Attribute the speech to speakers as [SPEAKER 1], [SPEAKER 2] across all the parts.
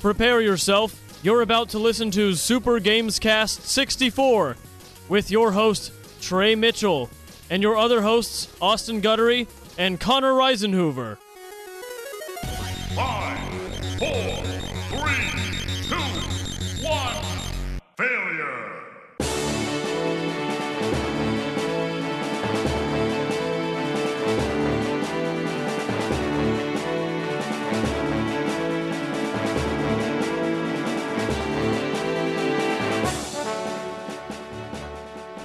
[SPEAKER 1] prepare yourself. You're about to listen to Super Games Cast 64 with your host, Trey Mitchell, and your other hosts, Austin Guttery and Connor Reisenhoover.
[SPEAKER 2] Five, four, three, two, one. Failure.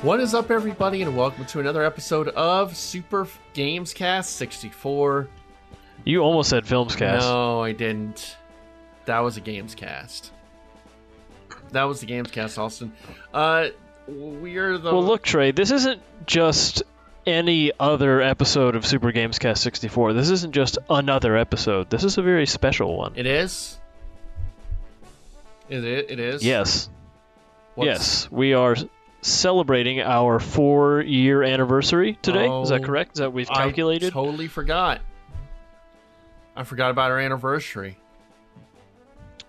[SPEAKER 3] What is up, everybody, and welcome to another episode of Super Games Cast 64.
[SPEAKER 1] You almost said Filmscast.
[SPEAKER 3] No, I didn't. That was a Games Cast. That was the Games Cast, Austin. Uh, we're the
[SPEAKER 1] Well, look, Trey, this isn't just any other episode of Super Games Cast 64. This isn't just another episode. This is a very special one.
[SPEAKER 3] It is. It i- it is.
[SPEAKER 1] Yes.
[SPEAKER 3] What's-
[SPEAKER 1] Yes. We are celebrating our four year anniversary today. is that
[SPEAKER 3] Oh,
[SPEAKER 1] correct? Is that we've
[SPEAKER 3] I
[SPEAKER 1] calculated?
[SPEAKER 3] totally forgot. I forgot about our anniversary.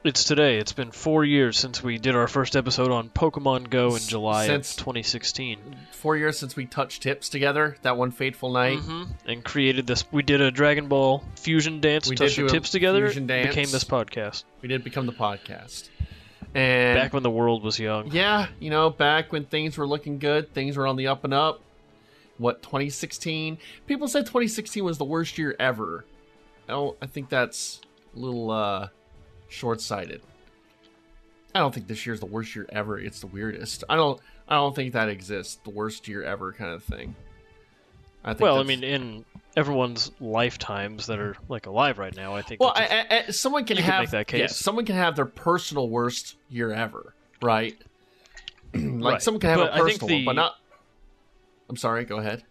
[SPEAKER 1] It's today. It's been four years since we did our first episode on Pokemon Go in July
[SPEAKER 3] Since-
[SPEAKER 1] of 2016.
[SPEAKER 3] Four years since we touched hips together. That one fateful night.
[SPEAKER 1] hmm And created this. We did a Dragon Ball fusion dance,
[SPEAKER 3] Mm-hmm. We did
[SPEAKER 1] touched our
[SPEAKER 3] do a
[SPEAKER 1] tips together,
[SPEAKER 3] fusion
[SPEAKER 1] it
[SPEAKER 3] dance.
[SPEAKER 1] became this podcast.
[SPEAKER 3] We did become the podcast. And
[SPEAKER 1] Back when the world was young.
[SPEAKER 3] yeah, you know, back when things were looking good, things were on the up and up. What 2016? People said 2016 was the worst year ever. Oh, I think that's a little uh short-sighted. I don't think this year's the worst year ever. It's the weirdest. I don't I don't think that exists. The worst year ever kind of thing. I think
[SPEAKER 1] Well, I
[SPEAKER 3] that's-
[SPEAKER 1] mean, in everyone's lifetimes that are like alive right now, I think.
[SPEAKER 3] Well,
[SPEAKER 1] that's
[SPEAKER 3] I,
[SPEAKER 1] just-
[SPEAKER 3] I, I- someone can
[SPEAKER 1] You could
[SPEAKER 3] have
[SPEAKER 1] make that
[SPEAKER 3] yeah,
[SPEAKER 1] case.
[SPEAKER 3] someone can have their personal worst year ever, right? like
[SPEAKER 1] Right.
[SPEAKER 3] someone can have
[SPEAKER 1] But I
[SPEAKER 3] a
[SPEAKER 1] think
[SPEAKER 3] personal one, but
[SPEAKER 1] the-
[SPEAKER 3] not. I'm sorry. Go ahead.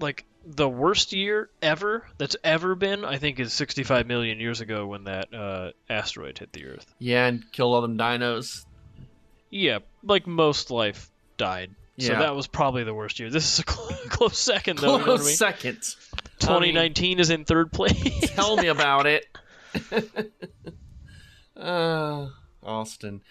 [SPEAKER 1] like the worst year ever that's ever been, I think, is 65 million years ago when that uh, asteroid hit the Earth.
[SPEAKER 3] Yeah, and kill all them dinos.
[SPEAKER 1] Yeah, like most life died. So
[SPEAKER 3] Yeah.
[SPEAKER 1] that was probably the worst year. This is a cl- close second, though.
[SPEAKER 3] Close
[SPEAKER 1] you know what I mean?
[SPEAKER 3] second.
[SPEAKER 1] 2019 is in third place.
[SPEAKER 3] Tell me about it. uh, Austin,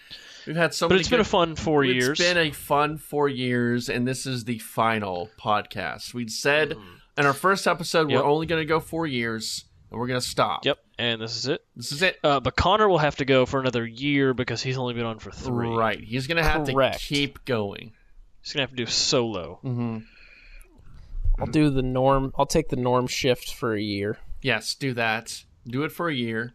[SPEAKER 3] we've had so
[SPEAKER 1] but
[SPEAKER 3] many.
[SPEAKER 1] it's been a
[SPEAKER 3] good-
[SPEAKER 1] fun four years.
[SPEAKER 3] It's been a fun four years, and this is the final podcast. We'd said in our first episode
[SPEAKER 1] Mm. Yep.
[SPEAKER 3] we're only going to go four years, and we're going to stop.
[SPEAKER 1] Yep, and this is it.
[SPEAKER 3] This is it.
[SPEAKER 1] Uh, but Connor will have to go for another year because he's only been on for three.
[SPEAKER 3] Right. He's going to have
[SPEAKER 4] Correct.
[SPEAKER 3] to keep going.
[SPEAKER 1] He's gonna have to do solo.
[SPEAKER 3] Mm-hmm.
[SPEAKER 4] I'll do the norm. I'll take the norm shift for a year.
[SPEAKER 3] Yes, do that. Do it for a year.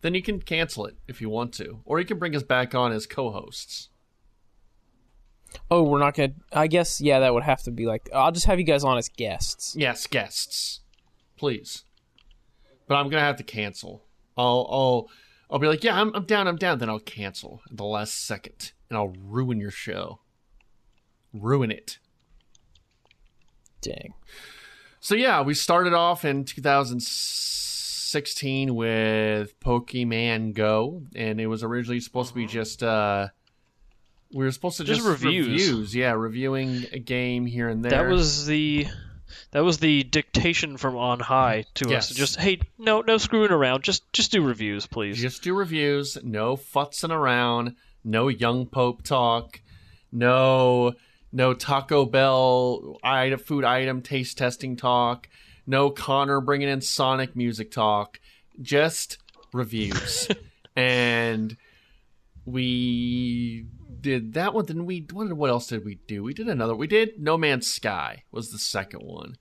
[SPEAKER 3] Then you can cancel it if you want to, or you can bring us back on as co-hosts.
[SPEAKER 4] Oh, we're not gonna. I guess yeah, that would have to be like. I'll just have you guys on as guests.
[SPEAKER 3] Yes, guests, please. But I'm gonna have to cancel. I'll, I'll, I'll be like, yeah, I'm, I'm down, I'm down. Then I'll cancel at the last second, and I'll ruin your show. Ruin it.
[SPEAKER 4] Dang.
[SPEAKER 3] So yeah, we started off in 2016 with Pokemon Go, and it was originally supposed to be just uh, we were supposed to
[SPEAKER 1] Uh-huh. Just
[SPEAKER 3] just,
[SPEAKER 1] reviews.
[SPEAKER 3] reviews, yeah, reviewing a game here and there.
[SPEAKER 1] That was the that was the dictation from on high to
[SPEAKER 3] Yes.
[SPEAKER 1] us. Just hey, no, no screwing around. Just just do reviews, please.
[SPEAKER 3] just do reviews, no futzing around, no young pope talk, no no Taco Bell item, food item taste testing talk, no Connor bringing in Sonic music talk, just reviews, and we did that one. Then we what, what else did we do? We did another. We did No Man's Sky was the second one,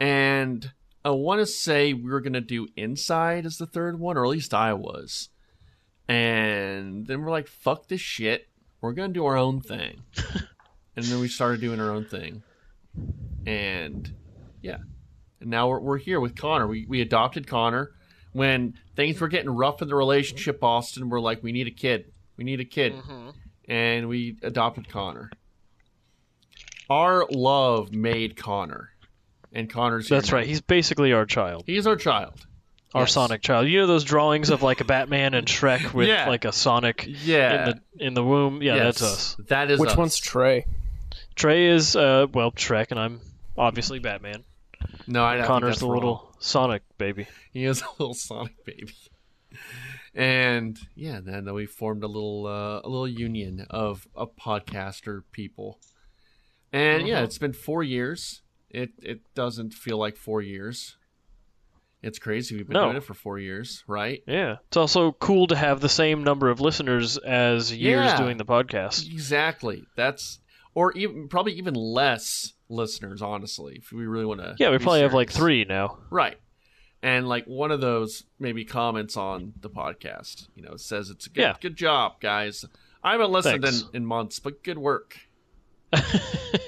[SPEAKER 3] and I want to say we were going to do Inside as the third one, or at least I was. And then we're like, fuck this shit. We're going to do our own thing. and then we started doing our own thing. And yeah. And now we're, we're here with Connor. We, we adopted Connor. When things were getting rough in the relationship, Austin, we're like, we need a kid. We need a kid. And we adopted Connor. Our love made Connor. And Connor's here
[SPEAKER 1] That's
[SPEAKER 3] now.
[SPEAKER 1] right. He's basically our child,
[SPEAKER 3] He's our child.
[SPEAKER 1] our
[SPEAKER 3] Yes.
[SPEAKER 1] Sonic child. You know those drawings of like a Batman and Shrek with
[SPEAKER 3] Yeah.
[SPEAKER 1] like a Sonic
[SPEAKER 3] Yeah.
[SPEAKER 1] in the in the womb. Yeah,
[SPEAKER 3] Yes.
[SPEAKER 1] that's us.
[SPEAKER 3] That is
[SPEAKER 4] Which
[SPEAKER 3] us.
[SPEAKER 4] one's Trey?
[SPEAKER 1] Trey is uh well Shrek, and I'm obviously Batman.
[SPEAKER 3] no? I I think
[SPEAKER 1] Connor's
[SPEAKER 3] that's
[SPEAKER 1] the
[SPEAKER 3] wrong.
[SPEAKER 1] little Sonic baby.
[SPEAKER 3] He is a little Sonic baby. And yeah, then we formed a little uh, a little union of a podcaster people. And
[SPEAKER 1] Uh-huh.
[SPEAKER 3] yeah, it's been four years. It it doesn't feel like four years. It's crazy. We've been
[SPEAKER 5] No.
[SPEAKER 3] doing it for four years, right?
[SPEAKER 5] Yeah. It's also cool to have the same number of listeners as years
[SPEAKER 3] Yeah.
[SPEAKER 5] doing the podcast.
[SPEAKER 3] Exactly. That's or even probably even less listeners, honestly. If we really want to,
[SPEAKER 5] Yeah, we probably have like three now.
[SPEAKER 3] right? And like one of those maybe comments on the podcast, you know, says it's a good,
[SPEAKER 5] Yeah.
[SPEAKER 3] good job, guys. I haven't listened in,
[SPEAKER 5] Thanks.
[SPEAKER 3] in months, but good work.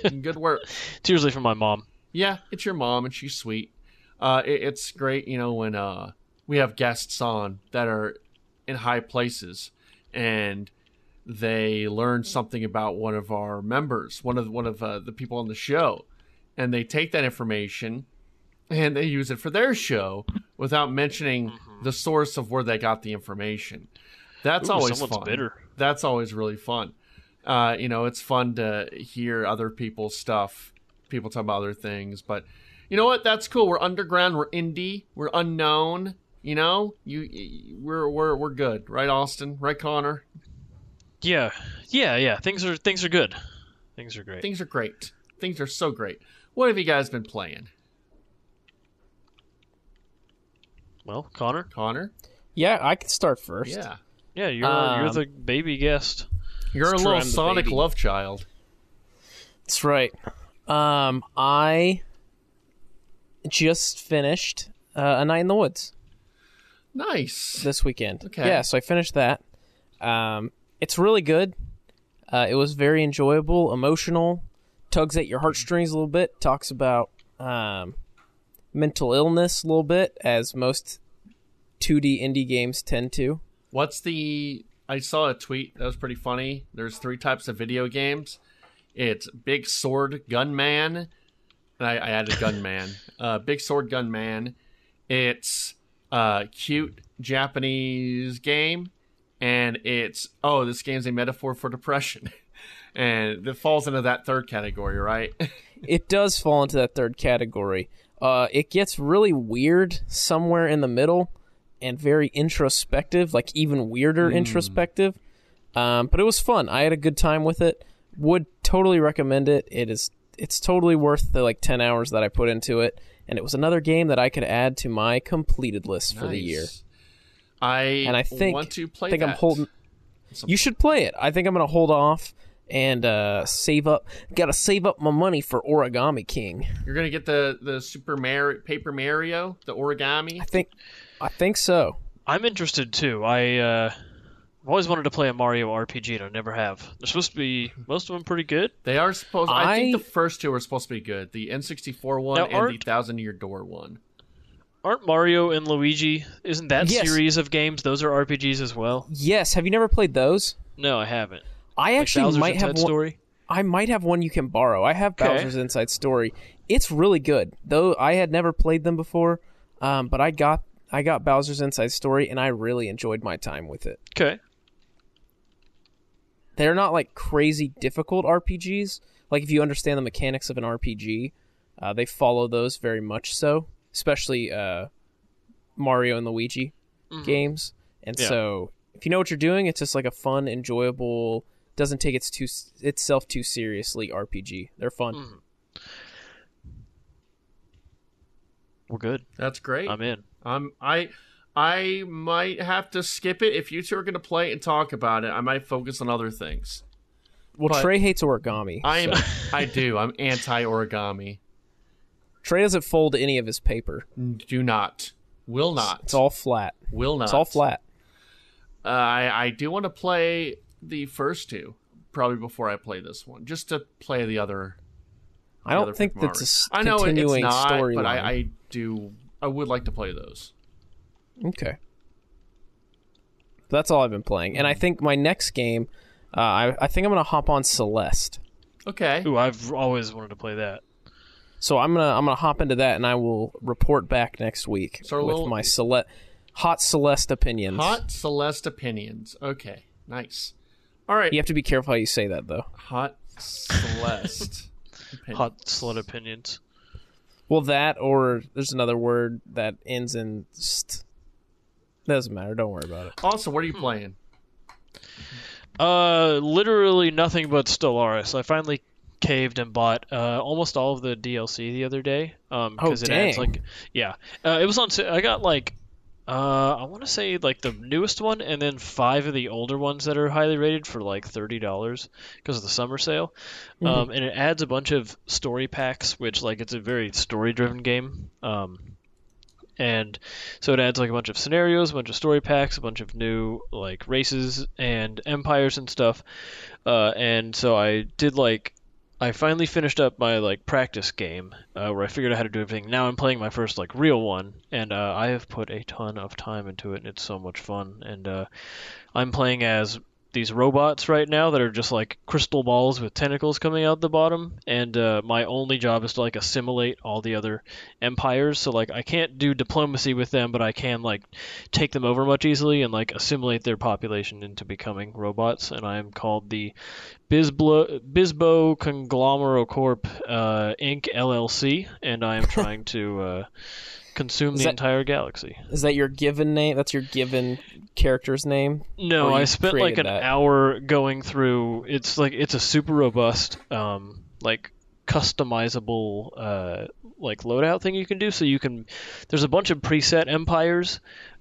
[SPEAKER 3] good work.
[SPEAKER 5] It's usually from my mom.
[SPEAKER 3] Yeah, it's your mom, and she's sweet. Uh, it, it's great, you know, when uh, we have guests on that are in high places, and they learn something about one of our members, one of one of uh, the people on the show, and they take that information and they use it for their show without mentioning the source of where they got the information. That's
[SPEAKER 5] Mm-hmm. Ooh,
[SPEAKER 3] always
[SPEAKER 5] someone's
[SPEAKER 3] fun.
[SPEAKER 5] bitter.
[SPEAKER 3] That's always really fun. Uh, you know, it's fun to hear other people's stuff, people talk about other things, but you know what? That's cool. We're underground. We're indie. We're unknown. You know, you, you we're we're we're good, right, Austin? Right, Connor?
[SPEAKER 5] Yeah. Yeah, yeah. Things are things are good. Things are great.
[SPEAKER 3] Things are great. Things are so great. What have you guys been playing,
[SPEAKER 5] well, Connor?
[SPEAKER 3] Connor?
[SPEAKER 4] Yeah, I can start first.
[SPEAKER 3] Yeah,
[SPEAKER 5] Yeah, you're you're
[SPEAKER 4] Um,
[SPEAKER 5] the baby guest.
[SPEAKER 3] you're
[SPEAKER 4] It's
[SPEAKER 3] a
[SPEAKER 4] true,
[SPEAKER 3] little
[SPEAKER 4] I'm the
[SPEAKER 3] Sonic
[SPEAKER 4] baby.
[SPEAKER 3] love child.
[SPEAKER 4] That's right. Um, I just finished uh, A Night in the Woods
[SPEAKER 3] Nice.
[SPEAKER 4] this weekend.
[SPEAKER 3] Okay.
[SPEAKER 4] Yeah, so I finished that. Um, it's really good. Uh, it was very enjoyable, emotional, tugs at your heartstrings a little bit, talks about um, mental illness a little bit, as most 2D indie games tend to.
[SPEAKER 3] What's the? I saw a tweet that was pretty funny. There's three types of video games. It's big sword gunman. And I, I added gunman. uh, big sword gunman. It's a cute Japanese game, and it's oh, this game's a metaphor for depression, and it falls into that third category, right?
[SPEAKER 4] it does fall into that third category. Uh, it gets really weird somewhere in the middle and very introspective, like even weirder
[SPEAKER 3] Hmm.
[SPEAKER 4] introspective. Um, but it was fun. I had a good time with it. Would totally recommend it. It is it's totally worth the like 10 hours that I put into it and it was another game that I could add to my completed list for the
[SPEAKER 3] Nice.
[SPEAKER 4] year.
[SPEAKER 3] I
[SPEAKER 4] And I think
[SPEAKER 3] want to play.
[SPEAKER 4] I think I'm
[SPEAKER 3] that.
[SPEAKER 4] holding
[SPEAKER 3] Some-
[SPEAKER 4] you should play it. I think I'm going to hold off and uh, save up. Got to save up my money for Origami King.
[SPEAKER 3] You're gonna get the the Super Mario, Paper Mario, the origami.
[SPEAKER 4] I think, I think so.
[SPEAKER 5] I'm interested too. I uh I've always wanted to play a Mario RPG and I never have. They're supposed to be most of them pretty good.
[SPEAKER 3] They are supposed. I, think
[SPEAKER 4] I-
[SPEAKER 3] the first two are supposed to be good. The N64 one
[SPEAKER 5] Now,
[SPEAKER 3] and
[SPEAKER 5] aren't-
[SPEAKER 3] the Thousand Year Door one.
[SPEAKER 5] Aren't Mario and Luigi isn't that
[SPEAKER 4] Yes.
[SPEAKER 5] series of games? Those are RPGs as well?
[SPEAKER 4] Yes. Have you never played those?
[SPEAKER 5] No, I haven't.
[SPEAKER 4] I
[SPEAKER 5] Like
[SPEAKER 4] actually
[SPEAKER 5] Bowser's
[SPEAKER 4] might have
[SPEAKER 5] Inside
[SPEAKER 4] one.
[SPEAKER 5] story.
[SPEAKER 4] I might have one you can borrow. I have
[SPEAKER 5] Okay.
[SPEAKER 4] Bowser's Inside Story. It's really good, though. I had never played them before, um, but I got I got Bowser's Inside Story, and I really enjoyed my time with it.
[SPEAKER 5] Okay.
[SPEAKER 4] They're not like crazy difficult RPGs. Like if you understand the mechanics of an RPG, uh, they follow those very much so, especially uh, Mario and Luigi
[SPEAKER 3] Mm-hmm.
[SPEAKER 4] games. And
[SPEAKER 5] Yeah.
[SPEAKER 4] so, if you know what you're doing, it's just like a fun, enjoyable, doesn't take its too itself too seriously RPG. They're fun.
[SPEAKER 3] Mm-hmm.
[SPEAKER 5] We're good.
[SPEAKER 3] That's great.
[SPEAKER 5] I'm in.
[SPEAKER 3] Um, I I might have to skip it if you two are going to play and talk about it. I might focus on other things.
[SPEAKER 4] Well,
[SPEAKER 3] But-
[SPEAKER 4] Trey hates origami.
[SPEAKER 3] I am. I do. I'm anti origami.
[SPEAKER 4] Trey doesn't fold any of his paper.
[SPEAKER 3] Do not. Will not.
[SPEAKER 4] It's all flat.
[SPEAKER 3] Will not.
[SPEAKER 4] It's all flat.
[SPEAKER 3] Uh, I I do want to play the first two probably before I play this one, just to play the other
[SPEAKER 4] I
[SPEAKER 3] other
[SPEAKER 4] don't think
[SPEAKER 3] Pokemon
[SPEAKER 4] that's a
[SPEAKER 3] Route.
[SPEAKER 4] s-
[SPEAKER 3] I know it- it's
[SPEAKER 4] continuing
[SPEAKER 3] not, but I,
[SPEAKER 4] storyline.
[SPEAKER 3] I do. I would like to play those.
[SPEAKER 4] Okay. That's all I've been playing, and I think my next game, uh, I, I think I'm gonna hop on Celeste.
[SPEAKER 3] Okay.
[SPEAKER 5] Ooh, I've always wanted to play that.
[SPEAKER 4] So I'm gonna I'm gonna hop into that, and I will report back next week
[SPEAKER 3] So our
[SPEAKER 4] with
[SPEAKER 3] little-
[SPEAKER 4] my Celeste, hot Celeste opinions.
[SPEAKER 3] Hot Celeste opinions. Okay. Nice. All right.
[SPEAKER 4] You have to be careful how you say that, though.
[SPEAKER 3] Hot Celeste. opinion.
[SPEAKER 5] Hot slut opinions.
[SPEAKER 4] Well, that or there's another word that ends in st. Doesn't matter. Don't worry about it.
[SPEAKER 3] Also, what are you playing?
[SPEAKER 1] Uh, literally nothing but Stellaris. I finally caved and bought uh, almost all of the DLC the other day. Um,
[SPEAKER 4] Oh,
[SPEAKER 1] because it adds
[SPEAKER 4] dang.
[SPEAKER 1] like, yeah, uh, it was on. sa- I got like, uh, I want to say like the newest one and then five of the older ones that are highly rated for like thirty dollars because of the summer sale.
[SPEAKER 4] Mm-hmm.
[SPEAKER 1] Um, and it adds a bunch of story packs, which like it's a very story-driven game. Um, and so it adds like a bunch of scenarios, a bunch of story packs, a bunch of new like races and empires and stuff. Uh, and so I did like I finally finished up my like practice game uh, where I figured out how to do everything. Now I'm playing my first like real one, and uh, I have put a ton of time into it, and it's so much fun. And uh, I'm playing as these robots right now that are just like crystal balls with tentacles coming out the bottom and uh, my only job is to like assimilate all the other empires so like i can't do diplomacy with them but i can like take them over much easily and like assimilate their population into becoming robots and i am called the Bisblo- bisbo conglomerocorp uh, inc llc and i am trying to uh, consume
[SPEAKER 4] Is
[SPEAKER 1] the
[SPEAKER 4] that-
[SPEAKER 1] entire galaxy
[SPEAKER 4] Is that your given name? That's your given character's name.
[SPEAKER 1] No,
[SPEAKER 4] Or you
[SPEAKER 1] I spent like an
[SPEAKER 4] created that?
[SPEAKER 1] hour going through. It's like it's a super robust, um, like customizable, uh, like loadout thing you can do. So you can, there's a bunch of preset empires,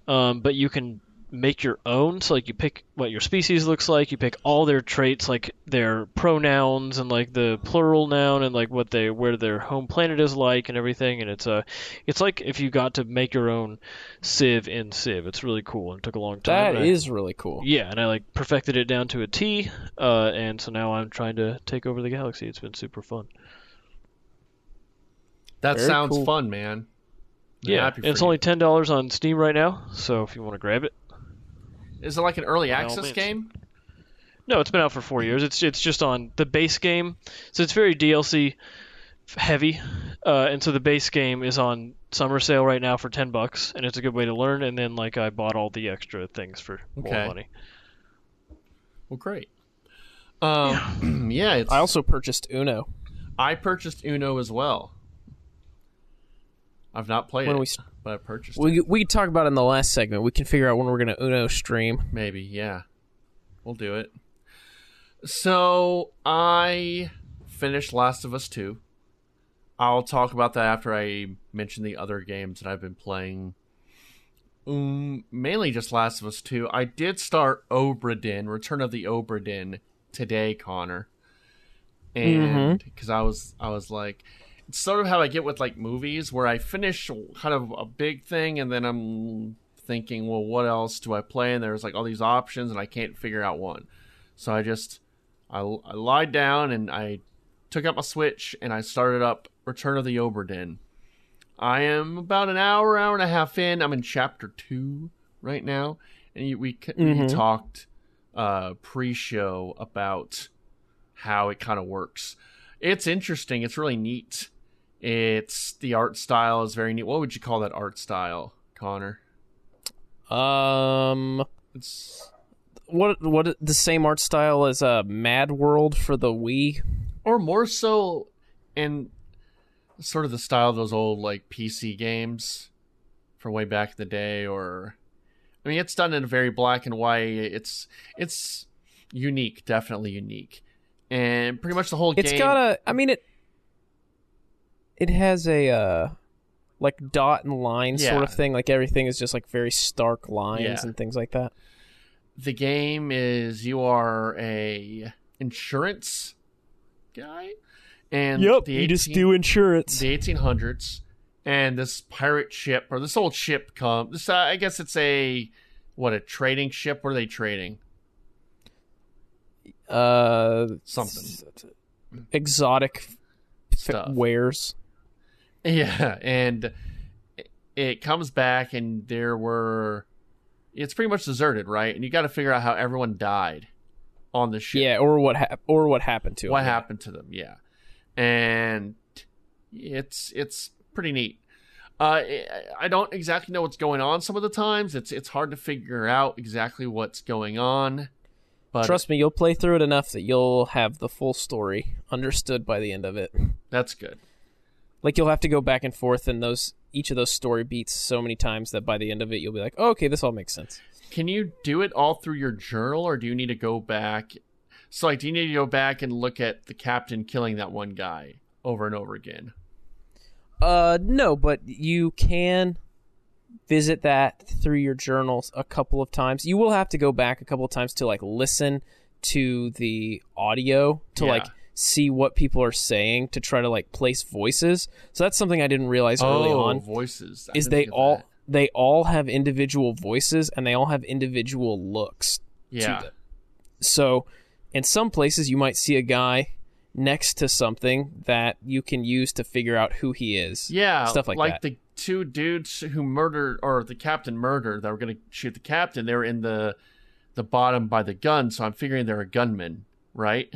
[SPEAKER 1] um, but you can make your own. So like you pick what your species looks like, you pick all their traits, like their pronouns and like the plural noun and like what they where their home planet is like and everything. And it's a, it's like if you got to make your own Civ in Civ. It's really cool and it took a long time.
[SPEAKER 4] That
[SPEAKER 1] and I-
[SPEAKER 4] is really cool.
[SPEAKER 1] yeah, and I like perfected it down to a T, uh, and so now I'm trying to take over the galaxy. It's been super fun.
[SPEAKER 3] That
[SPEAKER 4] Very
[SPEAKER 3] sounds
[SPEAKER 4] cool.
[SPEAKER 3] fun, man. I'm
[SPEAKER 1] yeah,
[SPEAKER 3] happy
[SPEAKER 1] and
[SPEAKER 3] for
[SPEAKER 1] it's
[SPEAKER 3] you.
[SPEAKER 1] only ten dollars on Steam right now, so if you want to grab it.
[SPEAKER 3] Is it like an early
[SPEAKER 1] all
[SPEAKER 3] access
[SPEAKER 1] means.
[SPEAKER 3] game?
[SPEAKER 1] No, it's been out for four years. It's it's just on the base game, so it's very DLC heavy, uh, and so the base game is on summer sale right now for ten bucks, and it's a good way to learn. And then like I bought all the extra things for
[SPEAKER 3] Okay.
[SPEAKER 1] more money.
[SPEAKER 3] Well, great. Um, yeah, it's,
[SPEAKER 4] I also purchased Uno
[SPEAKER 3] I purchased Uno as well. I've not played
[SPEAKER 4] when
[SPEAKER 3] it,
[SPEAKER 4] we s-
[SPEAKER 3] but I purchased it.
[SPEAKER 4] we we could talk about it in the last segment. We can figure out when we're gonna Uno stream.
[SPEAKER 3] Maybe, yeah. We'll do it. So I finished Last of Us 2. I'll talk about that after I mention the other games that I've been playing. Um, mainly just Last of Us 2. I did start Obradin, Return of the Obradin today, Connor.
[SPEAKER 4] Mm-hmm.
[SPEAKER 3] And because I was I was like it's sort of how I get with like movies where I finish kind of a big thing and then I'm thinking, well, what else do I play? And there's like all these options and I can't figure out one. So I just I, I lied down and I took out my Switch and I started up Return of the Oberdin. I am about an hour, hour and a half in. I'm in chapter two right now, and you, we c- we talked uh, pre-show about how it kind of works. It's interesting. It's really neat. It's the art style is very neat. What would you call that art style, Connor?
[SPEAKER 4] Um,
[SPEAKER 3] It's
[SPEAKER 4] what what the same art style as uh, Mad World for the Wii?
[SPEAKER 3] or more so in sort of the style of those old like PC games from way back in the day or I mean it's done in a very black and white it's it's unique definitely unique and pretty much the whole
[SPEAKER 4] It's
[SPEAKER 3] game
[SPEAKER 4] got a. I mean it. It has a uh, like dot and line
[SPEAKER 3] Yeah.
[SPEAKER 4] sort of thing. Like everything is just like very stark lines
[SPEAKER 3] Yeah.
[SPEAKER 4] and things like that.
[SPEAKER 3] the game is you are a insurance guy and the 18
[SPEAKER 4] insurance.
[SPEAKER 3] the 1800s and this pirate ship or this old ship come this uh, i guess it's a what a trading ship what are they trading
[SPEAKER 4] uh
[SPEAKER 3] Something.
[SPEAKER 4] s- exotic f-
[SPEAKER 3] Stuff.
[SPEAKER 4] wares.
[SPEAKER 3] yeah and it- it comes back and there were it's pretty much deserted right and you got to figure out how everyone died on the ship
[SPEAKER 4] Yeah, or what hap- or what happened to
[SPEAKER 3] what
[SPEAKER 4] it.
[SPEAKER 3] happened to them yeah and it's it's pretty neat uh, I- I don't exactly know what's going on some of the times. It's it's hard to figure out exactly what's going on. But
[SPEAKER 4] Trust me, you'll play through it enough that you'll have the full story understood by the end of it.
[SPEAKER 3] That's good.
[SPEAKER 4] Like you'll have to go back and forth and those each of those story beats so many times that by the end of it you'll be like, oh, okay, this all makes sense.
[SPEAKER 3] Can you do it all through your journal, or do you need to go back? So, like, do you need to go back and look at the captain killing that one guy over and over again?
[SPEAKER 4] Uh, no, but you can visit that through your journals a couple of times. You will have to go back a couple of times to like listen to the audio to
[SPEAKER 3] Yeah.
[SPEAKER 4] like see what people are saying to try to like place voices. So that's something I didn't realize early
[SPEAKER 3] oh,
[SPEAKER 4] on
[SPEAKER 3] voices. I
[SPEAKER 4] is
[SPEAKER 3] didn't
[SPEAKER 4] they
[SPEAKER 3] think of
[SPEAKER 4] all
[SPEAKER 3] that.
[SPEAKER 4] they all have individual voices and they all have individual looks
[SPEAKER 3] yeah.
[SPEAKER 4] them. so in some places you might see a guy next to something that you can use to figure out who he is.
[SPEAKER 3] Yeah,
[SPEAKER 4] Stuff like that.
[SPEAKER 3] the two dudes who murdered or the captain murdered that were going to shoot the captain. They were in the the bottom by the gun, so I'm figuring they're a gunman, right?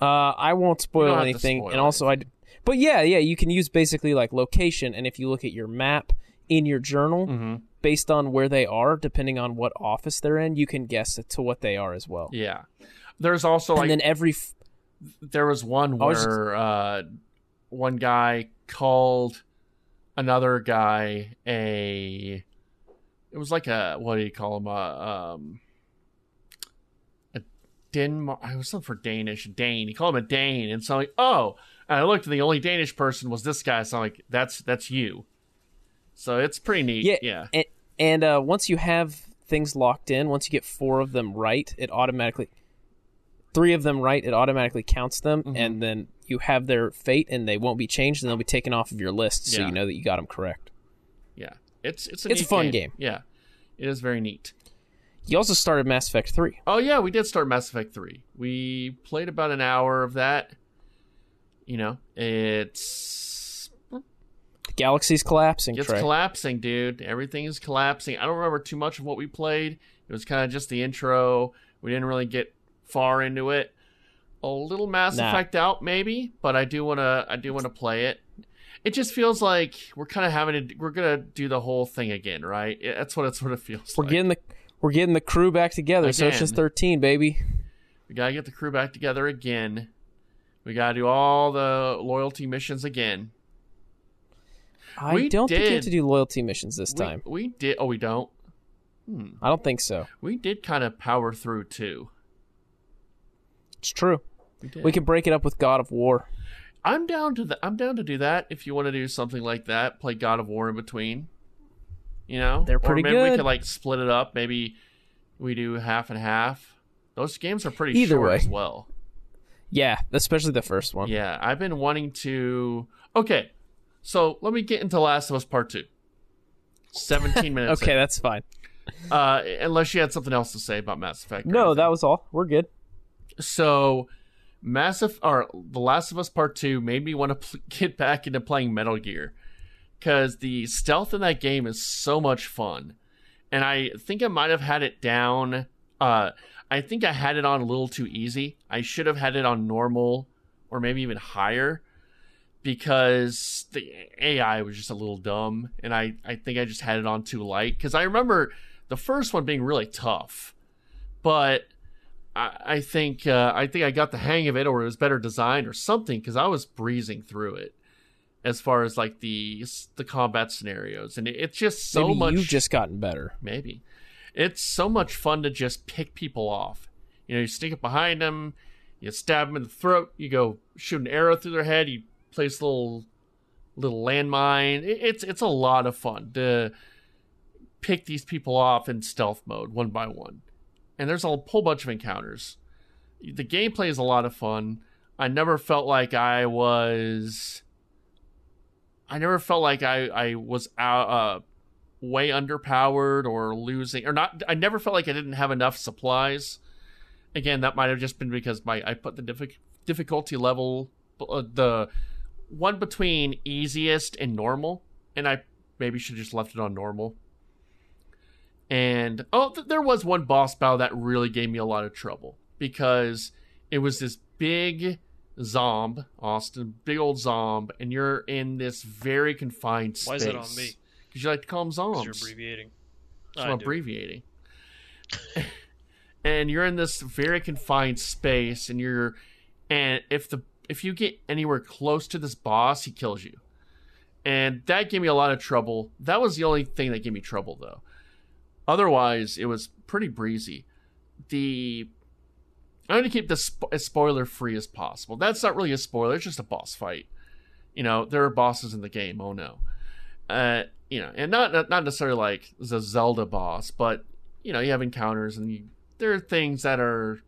[SPEAKER 4] Uh, I won't
[SPEAKER 3] You don't
[SPEAKER 4] spoil
[SPEAKER 3] have to
[SPEAKER 4] anything,
[SPEAKER 3] spoil
[SPEAKER 4] and also I. But yeah, yeah, you can use basically like location, and if you look at your map in your journal,
[SPEAKER 3] Mm.
[SPEAKER 4] based on where they are, depending on what office they're in, you can guess it to what they are as well.
[SPEAKER 3] Yeah. There's also like
[SPEAKER 4] and then every f-
[SPEAKER 3] there was one
[SPEAKER 4] I was just-
[SPEAKER 3] where uh, one guy called another guy a it was like a what do you call him a um a Denmark I was looking for Danish Dane he called him a Dane and so I'm like oh and I looked and the only Danish person was this guy so I'm like that's that's you so it's pretty neat
[SPEAKER 4] yeah,
[SPEAKER 3] yeah
[SPEAKER 4] and, and uh, once you have things locked in, once you get four of them right, it automatically three of them right, it automatically counts them,
[SPEAKER 3] Mm-hmm.
[SPEAKER 4] and then you have their fate, and they won't be changed, and they'll be taken off of your list, so
[SPEAKER 3] Yeah.
[SPEAKER 4] you know that you got them correct.
[SPEAKER 3] yeah it's it's a,
[SPEAKER 4] It's a
[SPEAKER 3] neat
[SPEAKER 4] fun game.
[SPEAKER 3] yeah it is very neat
[SPEAKER 4] You also started Mass Effect three.
[SPEAKER 3] Oh yeah, we did start Mass Effect 3. We played about an hour of that. You know, it's
[SPEAKER 4] Galaxy's collapsing.
[SPEAKER 3] it's
[SPEAKER 4] Trey.
[SPEAKER 3] collapsing, dude. Everything is collapsing. I don't remember too much of what we played. It was kind of just the intro. We didn't really get far into it. A little Mass
[SPEAKER 4] Nah.
[SPEAKER 3] Effect out maybe, but I do want to I do want to play it. It just feels like we're kind of having to we're going to do the whole thing again, right? It- That's what it sort of feels
[SPEAKER 4] we're
[SPEAKER 3] like.
[SPEAKER 4] getting the we're getting the crew back together. So it's
[SPEAKER 3] Again.
[SPEAKER 4] just thirteen, baby.
[SPEAKER 3] We gotta get the crew back together again. We gotta do all the loyalty missions again.
[SPEAKER 4] I
[SPEAKER 3] We
[SPEAKER 4] don't think you
[SPEAKER 3] did.
[SPEAKER 4] have to do loyalty missions this
[SPEAKER 3] We-
[SPEAKER 4] time.
[SPEAKER 3] we did. Oh, we don't.
[SPEAKER 4] I don't think so.
[SPEAKER 3] We did kind of power through too.
[SPEAKER 4] It's true.
[SPEAKER 3] We did.
[SPEAKER 4] We can break it up with God of War.
[SPEAKER 3] I'm down to the. I'm down to do that. If you want to do something like that, play God of War in between. You know,
[SPEAKER 4] They're pretty
[SPEAKER 3] or maybe We
[SPEAKER 4] good.
[SPEAKER 3] could like split it up. Maybe we do half and half. Those games are pretty
[SPEAKER 4] Either
[SPEAKER 3] short
[SPEAKER 4] way.
[SPEAKER 3] as well.
[SPEAKER 4] Yeah, especially the first one.
[SPEAKER 3] Yeah, I've been wanting to. Okay, so let me get into Last of Us Part Two. Seventeen minutes.
[SPEAKER 4] okay, that's fine.
[SPEAKER 3] Uh, unless you had something else to say about Mass Effect. or
[SPEAKER 4] No,
[SPEAKER 3] anything.
[SPEAKER 4] that was all. We're good.
[SPEAKER 3] so Mass Effect or The Last of Us Part Two made me want to pl- get back into playing Metal Gear because the stealth in that game is so much fun, and I think I might have had it down. Uh, I think I had it on a little too easy. I should have had it on normal or maybe even higher because the AI was just a little dumb, and I I think I just had it on too light because I remember the first one being really tough, but I, I think uh, I think I got the hang of it, or it was better designed, or something, because I was breezing through it as far as like the the combat scenarios, and it, it's just so
[SPEAKER 4] Maybe
[SPEAKER 3] much.
[SPEAKER 4] you've just gotten better.
[SPEAKER 3] Maybe. It's so much fun to just pick people off. You know, you sneak up behind them, you stab them in the throat, you go shoot an arrow through their head, you place a little little landmine. It, it's it's a lot of fun to pick these people off in stealth mode one by one. And there's a whole bunch of encounters. The gameplay is a lot of fun. I never felt like I was I never felt like I I was out uh way underpowered or losing or not I never felt like I didn't have enough supplies. Again, that might have just been because my I put the diffic- difficulty level uh, the one between easiest and normal and I maybe should have just left it on normal. And oh, th- there was one boss battle that really gave me a lot of trouble because it was this big zomb, Austin, big old zomb, and you're in this very confined space.
[SPEAKER 1] Why is that on me?
[SPEAKER 3] Because you like to call them
[SPEAKER 1] 'Cause
[SPEAKER 3] zombs.
[SPEAKER 1] you're abbreviating.
[SPEAKER 3] So
[SPEAKER 1] I
[SPEAKER 3] I'm
[SPEAKER 1] do.
[SPEAKER 3] abbreviating. and you're in this very confined space, and you're, and if the if you get anywhere close to this boss, he kills you. and that gave me a lot of trouble. That was the only thing that gave me trouble, though. Otherwise, it was pretty breezy. The I'm going to keep this sp- as spoiler free as possible. That's not really a spoiler; it's just a boss fight. You know, there are bosses in the game. Oh no, uh, you know, and not not not necessarily like the Zelda boss, but you know, you have encounters and you, there are things that are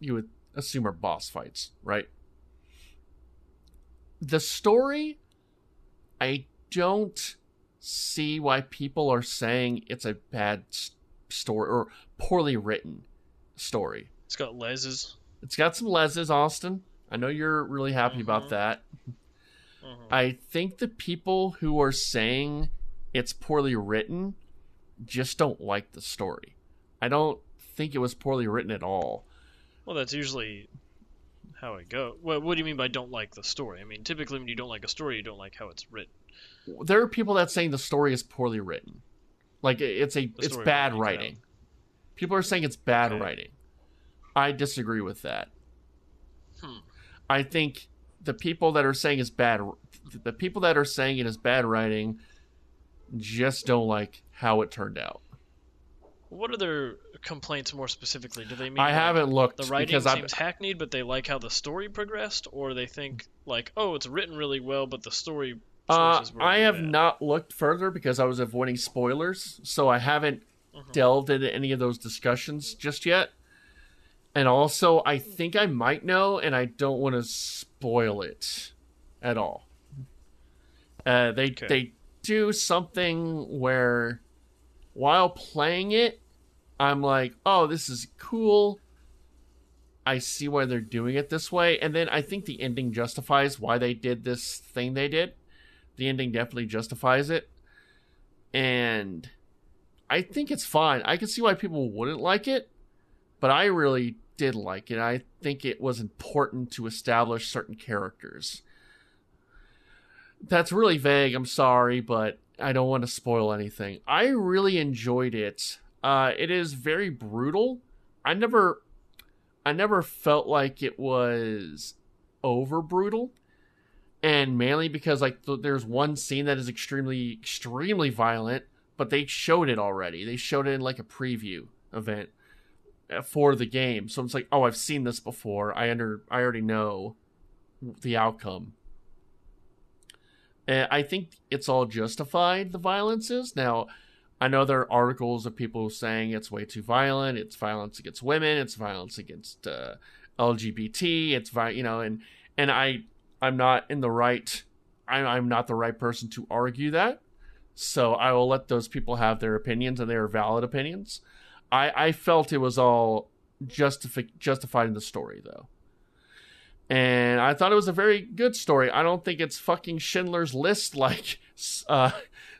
[SPEAKER 3] you would assume are boss fights, right? The story I don't see why people are saying it's a bad s- story or poorly written story.
[SPEAKER 1] It's got leses.
[SPEAKER 3] It's got some leses, Austin. I know you're really happy about that.
[SPEAKER 1] Mm-hmm.
[SPEAKER 3] I think the people who are saying it's poorly written just don't like the story. I don't think it was poorly written at all.
[SPEAKER 1] Well, that's usually how it goes. Well, what do you mean by don't like the story? I mean, typically when you don't like a story, you don't like how it's written.
[SPEAKER 3] There are people that saying the story is poorly written. Like it- it's a it's
[SPEAKER 1] story writing,
[SPEAKER 3] bad
[SPEAKER 1] you
[SPEAKER 3] writing. People are saying it's bad
[SPEAKER 1] Okay.
[SPEAKER 3] writing. I disagree with that.
[SPEAKER 1] Hmm.
[SPEAKER 3] I think the people that are saying it's bad the people that are saying it is bad writing just don't like how it turned out.
[SPEAKER 1] What are their complaints more specifically? Do they mean
[SPEAKER 3] I
[SPEAKER 1] like,
[SPEAKER 3] haven't looked
[SPEAKER 1] the writing
[SPEAKER 3] because I've
[SPEAKER 1] seems hackneyed, but they like how the story progressed, or they think like, oh, it's written really well, but the story.
[SPEAKER 3] Uh,
[SPEAKER 1] choices were
[SPEAKER 3] I
[SPEAKER 1] really
[SPEAKER 3] have
[SPEAKER 1] bad.
[SPEAKER 3] not looked further because I was avoiding spoilers, so I haven't
[SPEAKER 1] Mm-hmm.
[SPEAKER 3] delved into any of those discussions just yet. And also, I think I might know, and I don't want to spoil it at all. Uh, they
[SPEAKER 1] Okay.
[SPEAKER 3] they do something where, while playing it, I'm like, oh, this is cool. I see why they're doing it this way, and then I think the ending justifies why they did this thing they did the ending definitely justifies it and i think it's fine i can see why people wouldn't like it but i really did like it i think it was important to establish certain characters that's really vague i'm sorry but i don't want to spoil anything i really enjoyed it uh, it is very brutal i never i never felt like it was over brutal and mainly because like th- there's one scene that is extremely extremely violent but they showed it already they showed it in like a preview event uh, for the game so it's like oh i've seen this before i under i already know the outcome and i think it's all justified the violence is now i know there are articles of people saying it's way too violent it's violence against women it's violence against uh, lgbt it's vi- you know and and i I'm not in the right. I'm, I'm not the right person to argue that. So I will let those people have their opinions, and they are valid opinions. I, I felt it was all justifi- justified in the story, though. And I thought it was a very good story. I don't think it's fucking Schindler's List like uh,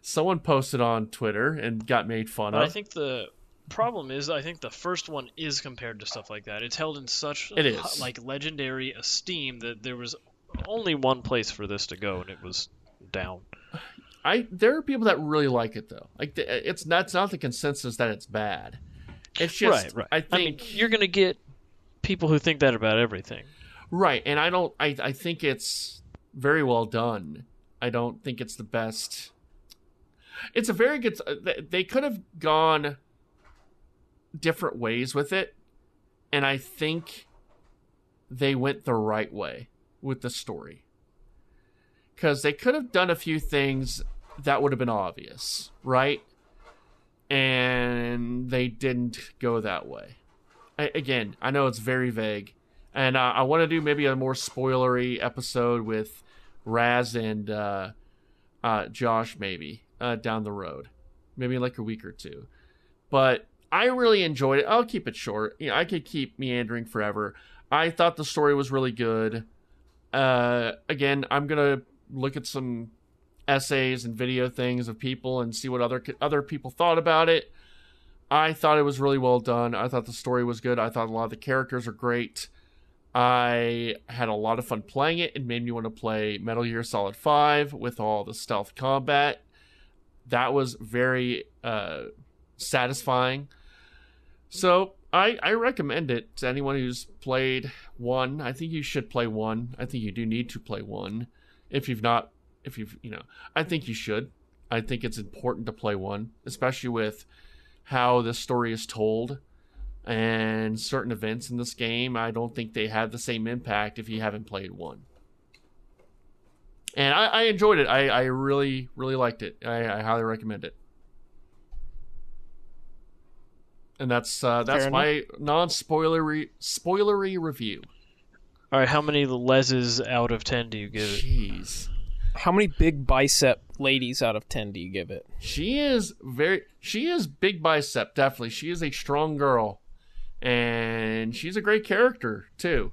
[SPEAKER 3] someone posted on Twitter and got made fun
[SPEAKER 1] But
[SPEAKER 3] of.
[SPEAKER 1] I think the problem is, I think the first one is compared to stuff like that. It's held in such
[SPEAKER 3] It is.
[SPEAKER 1] like legendary esteem that there was only one place for this to go, and it was down.
[SPEAKER 3] I there are people that really like it though. Like the, it's not it's not the consensus that it's bad. It's just I think
[SPEAKER 1] mean, you're gonna get people who think that about everything.
[SPEAKER 3] Right, and I don't. I I think it's very well done. I don't think it's the best. It's a very good. uh, th- They could have gone different ways with it, and I think they went the right way with the story. Because they could have done a few things that would have been obvious, right? And they didn't go that way. I, again, I know it's very vague and uh, I want to do maybe a more spoilery episode with Raz and uh, uh, Josh maybe uh, down the road, maybe in like a week or two. But I really enjoyed it. I'll keep it short. You know, I could keep meandering forever. I thought the story was really good. Uh, again, I'm gonna look at some essays and video things of people and see what other other people thought about it. I thought it was really well done. I thought the story was good. I thought a lot of the characters are great. I had a lot of fun playing it. It made me want to play Metal Gear Solid 5 with all the stealth combat. That was very uh, satisfying. So I, I recommend it to anyone who's played one. I think you should play one. I think you do need to play one if you've not if you've you know i think you should i think it's important to play one especially with how this story is told and certain events in this game i don't think they have the same impact if you haven't played one and i, I enjoyed it I, I really really liked it I, I highly recommend it and that's uh, that's
[SPEAKER 4] Fair
[SPEAKER 3] my non spoilery spoilery review.
[SPEAKER 1] All right, how many leses out of ten do you give it?
[SPEAKER 3] Jeez.
[SPEAKER 4] How many big bicep ladies out of 10 do you give it?
[SPEAKER 3] She is very she is big bicep, definitely. She is a strong girl. And she's a great character too.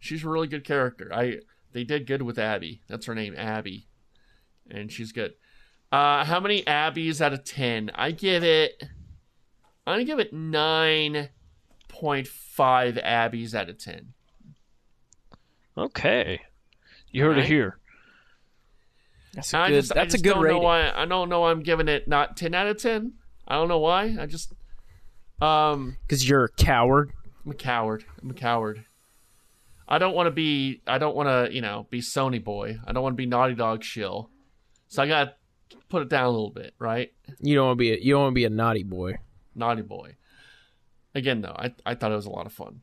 [SPEAKER 3] She's a really good character. I they did good with Abby. That's her name, Abby. And she's good. Uh how many Abbies out of 10? I give it I'm going to give it 9.5 Abbies out of 10.
[SPEAKER 1] Okay, you heard
[SPEAKER 3] All right.
[SPEAKER 1] it here.
[SPEAKER 4] That's
[SPEAKER 3] I
[SPEAKER 4] a good,
[SPEAKER 3] just, I
[SPEAKER 4] that's a
[SPEAKER 3] just
[SPEAKER 4] good
[SPEAKER 3] don't
[SPEAKER 4] rating.
[SPEAKER 3] know why. I don't know why I'm giving it not 10 out of 10. I don't know why. I just, um,
[SPEAKER 4] Because you're a coward.
[SPEAKER 3] I'm a coward. I'm a coward. I don't want to be. I don't want to, you know, be Sony boy. I don't want to be Naughty Dog shill. So I got to put it down a little bit, right?
[SPEAKER 4] You don't want to be a, you don't want to be a naughty boy.
[SPEAKER 3] Naughty boy. Again, though, I I thought it was a lot of fun.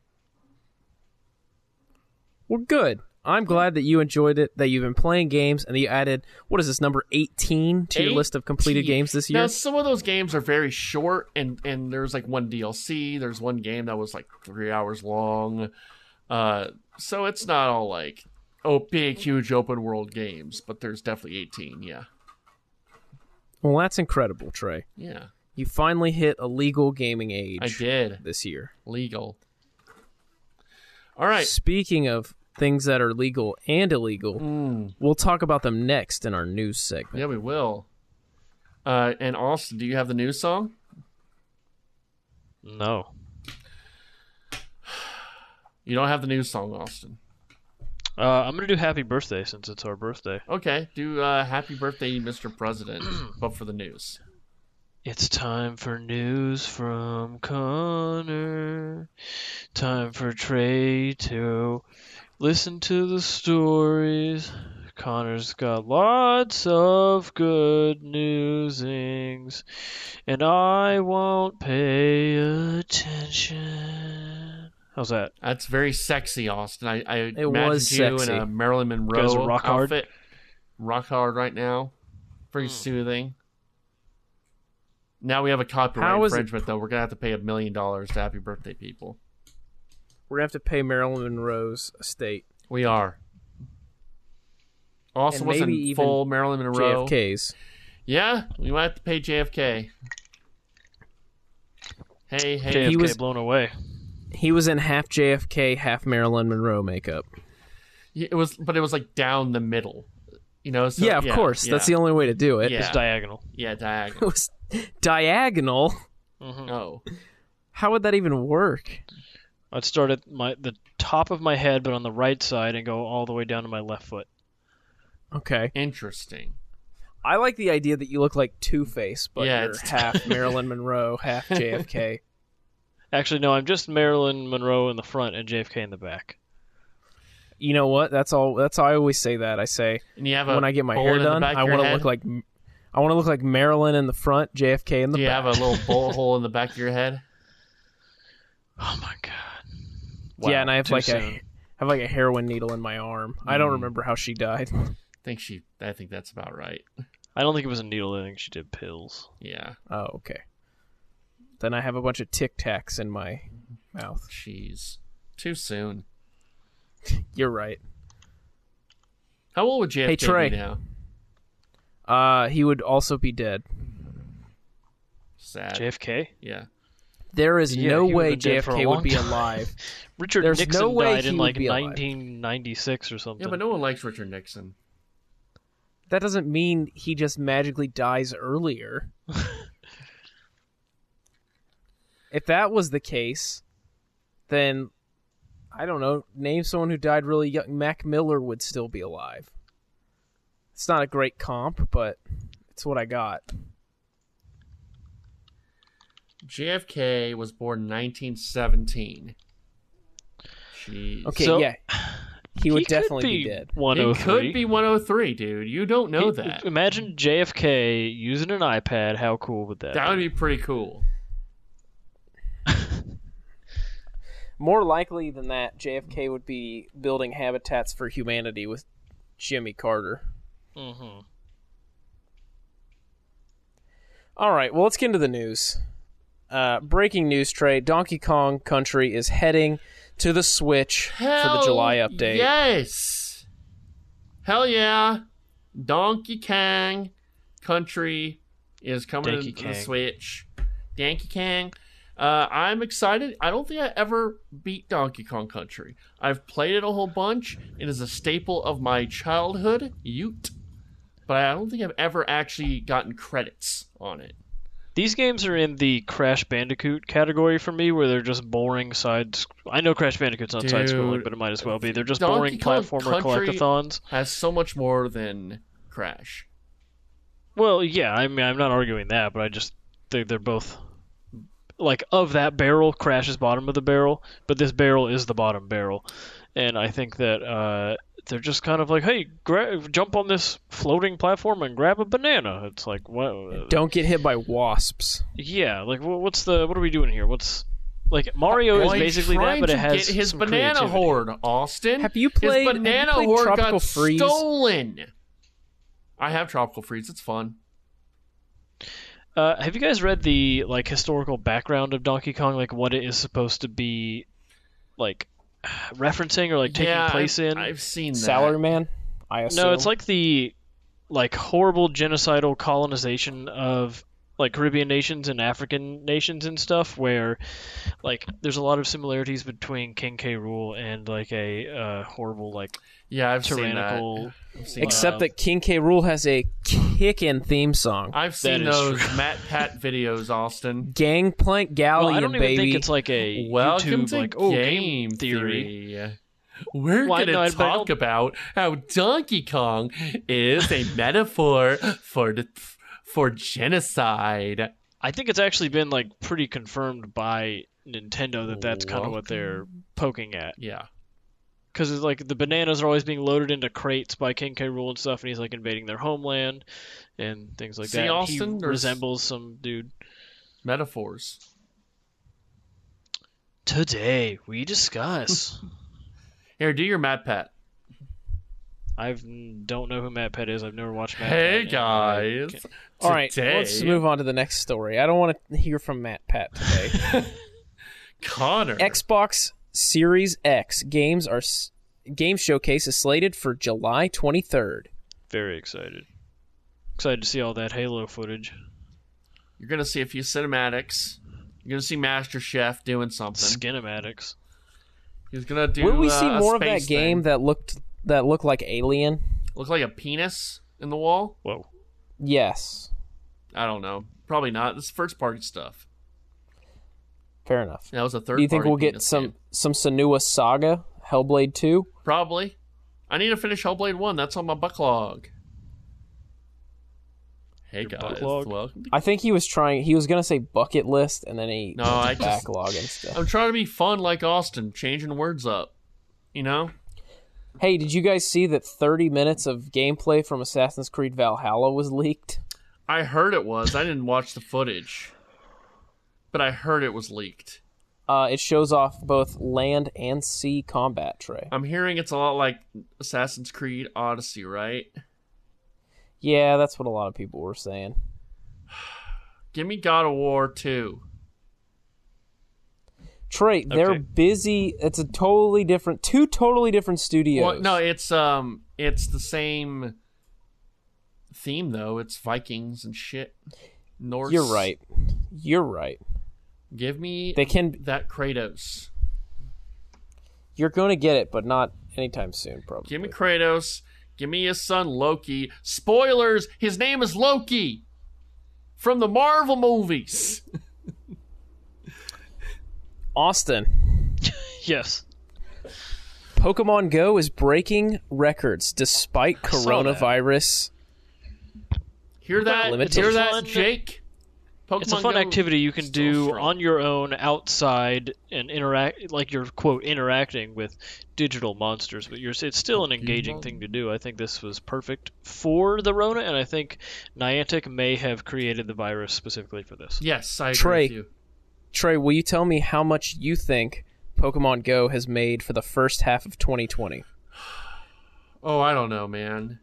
[SPEAKER 4] Well, good. I'm glad that you enjoyed it, that you've been playing games, and that you added what is this number 18 to your list of completed
[SPEAKER 3] 18.
[SPEAKER 4] games this year?
[SPEAKER 3] Now, some of those games are very short, and and there's like one DLC. There's one game that was like three hours long, uh, so it's not all like oh big huge open world games. But there's definitely 18. Yeah,
[SPEAKER 4] Well, that's incredible, Trey.
[SPEAKER 3] yeah,
[SPEAKER 4] You finally hit a legal gaming age
[SPEAKER 3] I did
[SPEAKER 4] this year.
[SPEAKER 3] legal. All right,
[SPEAKER 4] Speaking of things that are legal and illegal, we'll talk about them next in our news segment.
[SPEAKER 3] yeah, we will. Uh, and Austin, do you have the new song?
[SPEAKER 1] No,
[SPEAKER 3] You don't have the new song, Austin.
[SPEAKER 1] uh, I'm gonna do Happy Birthday since it's our birthday.
[SPEAKER 3] Okay, do uh, "Happy Birthday, Mr. President," but for the news.
[SPEAKER 1] It's time for news from Connor. Time for Trey to listen to the stories. Connor's got lots of good newsings, and I won't pay attention. How's that?
[SPEAKER 3] That's very sexy, Austin. I, I it imagine
[SPEAKER 4] was
[SPEAKER 3] you
[SPEAKER 4] sexy.
[SPEAKER 3] in a Marilyn Monroe
[SPEAKER 1] guys are rock hard?
[SPEAKER 3] outfit. Rock hard right now. Pretty soothing. Now we have a copyright
[SPEAKER 4] How is it-
[SPEAKER 3] infringement, though. We're gonna have to pay a million dollars to Happy Birthday people.
[SPEAKER 4] We're going to have to pay Marilyn Monroe's estate,
[SPEAKER 3] We are. Also,
[SPEAKER 4] And
[SPEAKER 3] was
[SPEAKER 4] maybe
[SPEAKER 3] in
[SPEAKER 4] even
[SPEAKER 3] full Marilyn Monroe.
[SPEAKER 4] JFK's.
[SPEAKER 3] Yeah, we might have to pay JFK. Hey, hey,
[SPEAKER 1] JFK
[SPEAKER 4] he was-
[SPEAKER 1] blown away.
[SPEAKER 4] He was in half JFK, half Marilyn Monroe makeup.
[SPEAKER 3] Yeah, it was, but it was like down the middle. You know? So,
[SPEAKER 4] yeah, of course. That's the only way to do it.
[SPEAKER 3] Yeah.
[SPEAKER 1] It's diagonal.
[SPEAKER 3] yeah
[SPEAKER 4] It
[SPEAKER 3] diagonal.
[SPEAKER 4] was diagonal.
[SPEAKER 1] Mm-hmm.
[SPEAKER 3] oh.
[SPEAKER 4] How would that even work?
[SPEAKER 1] I'd start at my the top of my head, but on the right side, and go all the way down to my left foot.
[SPEAKER 4] Okay.
[SPEAKER 3] Interesting.
[SPEAKER 4] I like the idea that you look like Two Face, but
[SPEAKER 3] Yeah,
[SPEAKER 4] you're
[SPEAKER 3] it's-
[SPEAKER 4] half Marilyn Monroe, half JFK.
[SPEAKER 1] Actually, no, I'm just Marilyn Monroe in the front and JFK in the back.
[SPEAKER 4] You know what? That's all. That's how I always say that. I say
[SPEAKER 3] And you have a
[SPEAKER 4] when I get my
[SPEAKER 3] bullet
[SPEAKER 4] hair
[SPEAKER 3] in the
[SPEAKER 4] done,
[SPEAKER 3] back
[SPEAKER 4] I
[SPEAKER 3] of your
[SPEAKER 4] want to
[SPEAKER 3] head?
[SPEAKER 4] look like I want to look like Marilyn in the front, JFK in the
[SPEAKER 3] Do you
[SPEAKER 4] back.
[SPEAKER 3] have a little bullet hole in the back of your head?
[SPEAKER 1] Oh my god.
[SPEAKER 4] yeah, and I have
[SPEAKER 1] too
[SPEAKER 4] like
[SPEAKER 1] soon. Hmm.
[SPEAKER 4] a have like a heroin needle in my arm. I don't remember how she died.
[SPEAKER 3] think she. I think that's about right.
[SPEAKER 1] I don't think it was a needle. I think she did pills.
[SPEAKER 3] Yeah.
[SPEAKER 4] Oh, okay. Then I have a bunch of Tic Tacs in my mouth.
[SPEAKER 3] Jeez. Too soon.
[SPEAKER 4] You're right.
[SPEAKER 3] How old would JFK
[SPEAKER 4] Hey, Trey.
[SPEAKER 3] be now?
[SPEAKER 4] Uh, he would also be dead.
[SPEAKER 3] Sad.
[SPEAKER 1] JFK.
[SPEAKER 3] yeah.
[SPEAKER 4] There is
[SPEAKER 1] Yeah,
[SPEAKER 4] no
[SPEAKER 1] he would've
[SPEAKER 4] way
[SPEAKER 1] been dead for a
[SPEAKER 4] JFK would
[SPEAKER 1] long
[SPEAKER 4] be
[SPEAKER 1] time.
[SPEAKER 4] alive.
[SPEAKER 1] Richard
[SPEAKER 4] There's
[SPEAKER 1] Nixon
[SPEAKER 4] no way
[SPEAKER 1] died
[SPEAKER 4] he
[SPEAKER 1] in
[SPEAKER 4] would
[SPEAKER 1] like
[SPEAKER 4] be alive.
[SPEAKER 1] 1996 or something.
[SPEAKER 3] Yeah, but no one likes Richard Nixon.
[SPEAKER 4] that doesn't mean he just magically dies earlier. if that was the case, then I don't know. Name someone who died really young. Mac Miller would still be alive. It's not a great comp, but it's what I got.
[SPEAKER 3] JFK was born in 1917. Jeez.
[SPEAKER 4] Okay,
[SPEAKER 1] So-
[SPEAKER 4] yeah. he would
[SPEAKER 1] he
[SPEAKER 4] definitely
[SPEAKER 1] could
[SPEAKER 4] be,
[SPEAKER 1] be,
[SPEAKER 4] dead.
[SPEAKER 3] It
[SPEAKER 1] 103.
[SPEAKER 3] could be 103, dude. You don't know
[SPEAKER 1] He-
[SPEAKER 3] that.
[SPEAKER 1] Imagine JFK using an iPad. How cool would that?
[SPEAKER 3] That would be pretty cool.
[SPEAKER 4] More likely than that, JFK would be building habitats for humanity with Jimmy Carter.
[SPEAKER 1] hmm
[SPEAKER 4] All right, well, let's get into the news. Uh, breaking news, Trey. Donkey Kong Country is heading to the Switch for the
[SPEAKER 3] Hell
[SPEAKER 4] July update.
[SPEAKER 3] Yes. Hell yeah. Donkey Kong Country is coming
[SPEAKER 1] Donkey
[SPEAKER 3] to the
[SPEAKER 1] Kong.
[SPEAKER 3] Switch. Donkey Kong. Uh, I'm excited. I don't think I ever beat Donkey Kong Country. I've played it a whole bunch. It is a staple of my childhood, Ute. But I don't think I've ever actually gotten credits on it.
[SPEAKER 1] These games are in the Crash Bandicoot category for me, where they're just boring side. sc- I know Crash Bandicoot's not side
[SPEAKER 3] Dude.
[SPEAKER 1] scrolling, but it might as well be. They're just
[SPEAKER 3] Donkey
[SPEAKER 1] boring
[SPEAKER 3] Kong
[SPEAKER 1] platformer
[SPEAKER 3] Country-
[SPEAKER 1] collectathons.
[SPEAKER 3] Has so much more than Crash.
[SPEAKER 1] Well, yeah, I mean, I'm not arguing that, but I just think they're both like of that barrel. Crash is bottom of the barrel, but this barrel is the bottom barrel, and I think that uh, they're just kind of like, hey, gra- jump on this floating platform and grab a banana. It's like, what?
[SPEAKER 4] Don't get hit by wasps.
[SPEAKER 1] Yeah, like wh- what's the what are we doing here? What's like Mario
[SPEAKER 3] Well,
[SPEAKER 1] is
[SPEAKER 3] he's
[SPEAKER 1] basically that,
[SPEAKER 3] trying
[SPEAKER 1] but it
[SPEAKER 3] to
[SPEAKER 1] has
[SPEAKER 3] get his
[SPEAKER 1] some
[SPEAKER 3] banana
[SPEAKER 1] creativity.
[SPEAKER 3] horde, Austin.
[SPEAKER 4] Have you played-
[SPEAKER 3] his
[SPEAKER 4] have you
[SPEAKER 3] banana
[SPEAKER 4] played
[SPEAKER 3] horde
[SPEAKER 4] Tropical
[SPEAKER 3] got
[SPEAKER 4] Freeze?
[SPEAKER 3] stolen? I have tropical freeze. It's fun.
[SPEAKER 1] Uh, have you guys read the like historical background of Donkey Kong? Like what it is supposed to be, like referencing or like taking
[SPEAKER 3] yeah,
[SPEAKER 1] place
[SPEAKER 3] I've,
[SPEAKER 1] in?
[SPEAKER 3] I've seen that.
[SPEAKER 4] Salaryman, I assume.
[SPEAKER 1] No, it's like the like horrible genocidal colonization of like Caribbean nations and African nations and stuff, where like there's a lot of similarities between King K. Rule and like a uh, horrible like
[SPEAKER 3] Yeah, I've seen
[SPEAKER 1] tyrannical. uh,
[SPEAKER 3] that. I've seen,
[SPEAKER 4] Except
[SPEAKER 1] Wow.
[SPEAKER 4] that King K. Rule has a kickin' theme song.
[SPEAKER 3] I've seen
[SPEAKER 1] is
[SPEAKER 3] those
[SPEAKER 1] true.
[SPEAKER 3] Matt Pat videos, Austin.
[SPEAKER 4] Gangplank Galleon,
[SPEAKER 1] Well, I don't even
[SPEAKER 4] baby.
[SPEAKER 1] think it's like a
[SPEAKER 3] Welcome
[SPEAKER 1] YouTube
[SPEAKER 3] to
[SPEAKER 1] like oh
[SPEAKER 3] game,
[SPEAKER 1] game, theory.
[SPEAKER 3] We're
[SPEAKER 1] Well, I
[SPEAKER 3] gonna
[SPEAKER 1] know, but I
[SPEAKER 3] talk
[SPEAKER 1] don't-
[SPEAKER 3] about how Donkey Kong is a metaphor for the, for genocide.
[SPEAKER 1] I think it's actually been like pretty confirmed by Nintendo that that's kind of what they're poking at
[SPEAKER 3] Yeah,
[SPEAKER 1] because it's like the bananas are always being loaded into crates by King K. Rule and stuff, and he's like invading their homeland and things like
[SPEAKER 3] See,
[SPEAKER 1] that. And
[SPEAKER 3] Austin,
[SPEAKER 1] he
[SPEAKER 3] there's-
[SPEAKER 1] resembles some dude.
[SPEAKER 3] metaphors.
[SPEAKER 1] Today we discuss.
[SPEAKER 3] Here, do your Matt Pat.
[SPEAKER 1] I don't know who Matt Pett is. I've never watched Matt.
[SPEAKER 3] Hey
[SPEAKER 1] Pett, and I
[SPEAKER 3] guys.
[SPEAKER 1] can't-
[SPEAKER 4] All right,
[SPEAKER 3] Today,
[SPEAKER 4] let's move on to the next story. I don't want to hear from Matt Pat today.
[SPEAKER 3] Connor.
[SPEAKER 4] Xbox Series X games are s- game showcase is slated for July 23rd.
[SPEAKER 1] Very excited. Excited to see all that Halo footage.
[SPEAKER 3] you're gonna see a few cinematics. You're gonna see Master Chef doing something.
[SPEAKER 1] Skinematics.
[SPEAKER 3] He's gonna do.
[SPEAKER 4] Will we
[SPEAKER 3] uh,
[SPEAKER 4] see
[SPEAKER 3] a
[SPEAKER 4] more of that
[SPEAKER 3] space
[SPEAKER 4] game
[SPEAKER 3] thing.
[SPEAKER 4] that looked that looked like Alien?
[SPEAKER 3] Look like a penis in the wall?
[SPEAKER 1] Whoa.
[SPEAKER 4] Yes,
[SPEAKER 3] I don't know. Probably not. This is first party stuff.
[SPEAKER 4] fair enough.
[SPEAKER 3] That was a third.
[SPEAKER 4] Do you think
[SPEAKER 3] party
[SPEAKER 4] we'll get
[SPEAKER 3] penis
[SPEAKER 4] some
[SPEAKER 3] game.
[SPEAKER 4] some Senua Saga, Hellblade 2?
[SPEAKER 3] Probably. I need to finish Hellblade One. That's on my backlog. Hey
[SPEAKER 1] Your
[SPEAKER 3] guys,
[SPEAKER 1] backlog?
[SPEAKER 3] welcome. To-
[SPEAKER 4] I think he was trying. He was gonna say bucket list, and then he
[SPEAKER 3] No, I just-
[SPEAKER 4] backlog and stuff.
[SPEAKER 3] I'm trying to be fun like Austin, changing words up. You know.
[SPEAKER 4] Hey, did you guys see that 30 minutes of gameplay from Assassin's Creed Valhalla was leaked?
[SPEAKER 3] I heard it was. I didn't watch the footage, but I heard it was leaked.
[SPEAKER 4] Uh, it shows off both land and sea combat, Trey.
[SPEAKER 3] I'm hearing it's a lot like Assassin's Creed Odyssey, right?
[SPEAKER 4] Yeah, that's what a lot of people were saying.
[SPEAKER 3] Give me God of War 2.
[SPEAKER 4] Trey, they're
[SPEAKER 1] Okay.
[SPEAKER 4] busy. It's a totally different, two totally different studios.
[SPEAKER 3] Well, no, it's um it's the same theme though. It's Vikings and shit. Norse.
[SPEAKER 4] you're right. You're right.
[SPEAKER 3] Give me
[SPEAKER 4] They can.
[SPEAKER 3] that Kratos.
[SPEAKER 4] You're going to get it, but not anytime soon, probably.
[SPEAKER 3] Give me Kratos. Give me his son Loki. Spoilers, his name is Loki from the Marvel movies.
[SPEAKER 4] Austin.
[SPEAKER 1] Yes.
[SPEAKER 4] Pokemon Go is breaking records despite
[SPEAKER 1] saw that.
[SPEAKER 4] coronavirus.
[SPEAKER 3] Hear that?
[SPEAKER 4] Limited.
[SPEAKER 3] Hear
[SPEAKER 1] Fun.
[SPEAKER 3] that, Jake? Pokemon
[SPEAKER 1] it's a fun
[SPEAKER 3] Go-
[SPEAKER 1] activity you can
[SPEAKER 3] still
[SPEAKER 1] do
[SPEAKER 3] strong.
[SPEAKER 1] on your own outside and interact like you're quote interacting with digital monsters but you're it's still an engaging
[SPEAKER 3] Pokemon.
[SPEAKER 1] thing to do i think this was perfect for the rona and i think niantic may have created the virus specifically for this
[SPEAKER 3] Yes, I agree
[SPEAKER 4] Trey.
[SPEAKER 3] with you.
[SPEAKER 4] Trey, will you tell me how much you think Pokemon Go has made for the first half of 2020?
[SPEAKER 3] Oh, I don't know, man.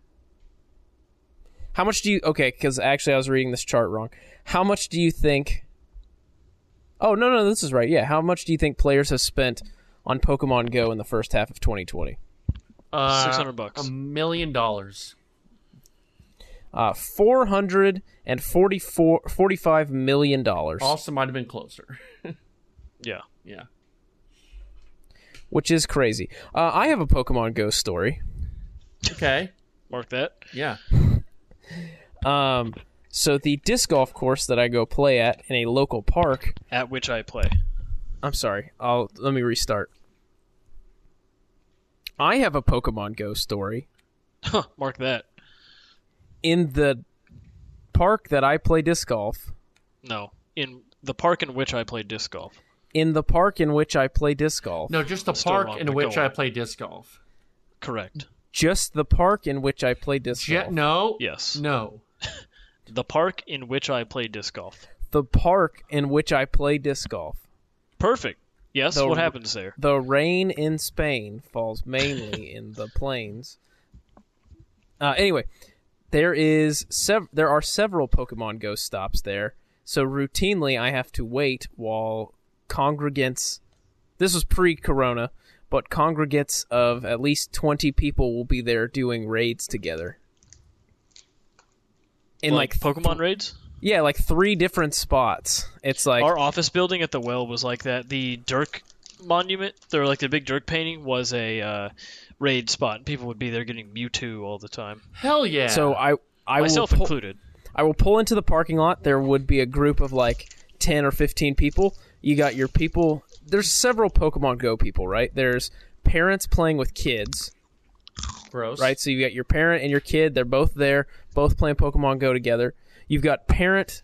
[SPEAKER 4] How much do you okay? Because actually, I was reading this chart wrong. How much do you think? Oh no, no, this is right. Yeah, how much do you think players have spent on Pokemon Go in the first half of 2020?
[SPEAKER 3] Uh,
[SPEAKER 1] 600 bucks.
[SPEAKER 3] A million dollars.
[SPEAKER 4] Uh, 444 45 million dollars,
[SPEAKER 3] Also, might have been closer.
[SPEAKER 1] yeah
[SPEAKER 3] Yeah.
[SPEAKER 4] which is crazy. Uh, I have a Pokemon Go story.
[SPEAKER 3] Okay.
[SPEAKER 1] mark that
[SPEAKER 3] Yeah.
[SPEAKER 4] Um, so the disc golf course that I go play at in a local park.
[SPEAKER 1] at which i play
[SPEAKER 4] I'm sorry. I'll let me restart. I have a Pokemon Go story
[SPEAKER 1] huh, mark that
[SPEAKER 4] in the park that I play disc golf.
[SPEAKER 1] no in the park in which i play disc golf
[SPEAKER 4] In the park in which I play disc golf.
[SPEAKER 3] No, just the
[SPEAKER 1] Still
[SPEAKER 3] park
[SPEAKER 1] wrong,
[SPEAKER 3] in
[SPEAKER 1] but
[SPEAKER 3] which
[SPEAKER 1] go
[SPEAKER 3] I
[SPEAKER 1] on.
[SPEAKER 3] play disc golf.
[SPEAKER 1] correct
[SPEAKER 4] Just the park in which I play disc
[SPEAKER 3] Je-
[SPEAKER 4] golf.
[SPEAKER 3] no.
[SPEAKER 1] Yes.
[SPEAKER 3] No.
[SPEAKER 1] the park in which i play disc golf
[SPEAKER 4] The park in which I play disc golf.
[SPEAKER 1] perfect yes
[SPEAKER 4] The-
[SPEAKER 1] what happens there
[SPEAKER 4] The rain in Spain falls mainly in the plains. Uh, anyway, there is sev- there are several Pokemon Go stops there, so routinely I have to wait while congregants. This was pre-Corona, but congregants of at least twenty people will be there doing raids together. In like,
[SPEAKER 1] like, pokemon raids
[SPEAKER 4] yeah, like three different spots. It's like
[SPEAKER 1] Our office building at the well was like that. The Dirk monument, or like the big Dirk painting, was a uh, raid spot. People would be there getting Mewtwo all the time,
[SPEAKER 3] Hell yeah.
[SPEAKER 4] so. I I will
[SPEAKER 1] myself
[SPEAKER 4] pull-
[SPEAKER 1] included.
[SPEAKER 4] I will pull into the parking lot. There would be a group of like 10 or 15 people. You got your people. There's several Pokemon Go people, right? There's parents playing with kids,
[SPEAKER 3] gross.
[SPEAKER 4] right? So you got your parent and your kid. They're both there, both playing Pokemon Go together. You've got parent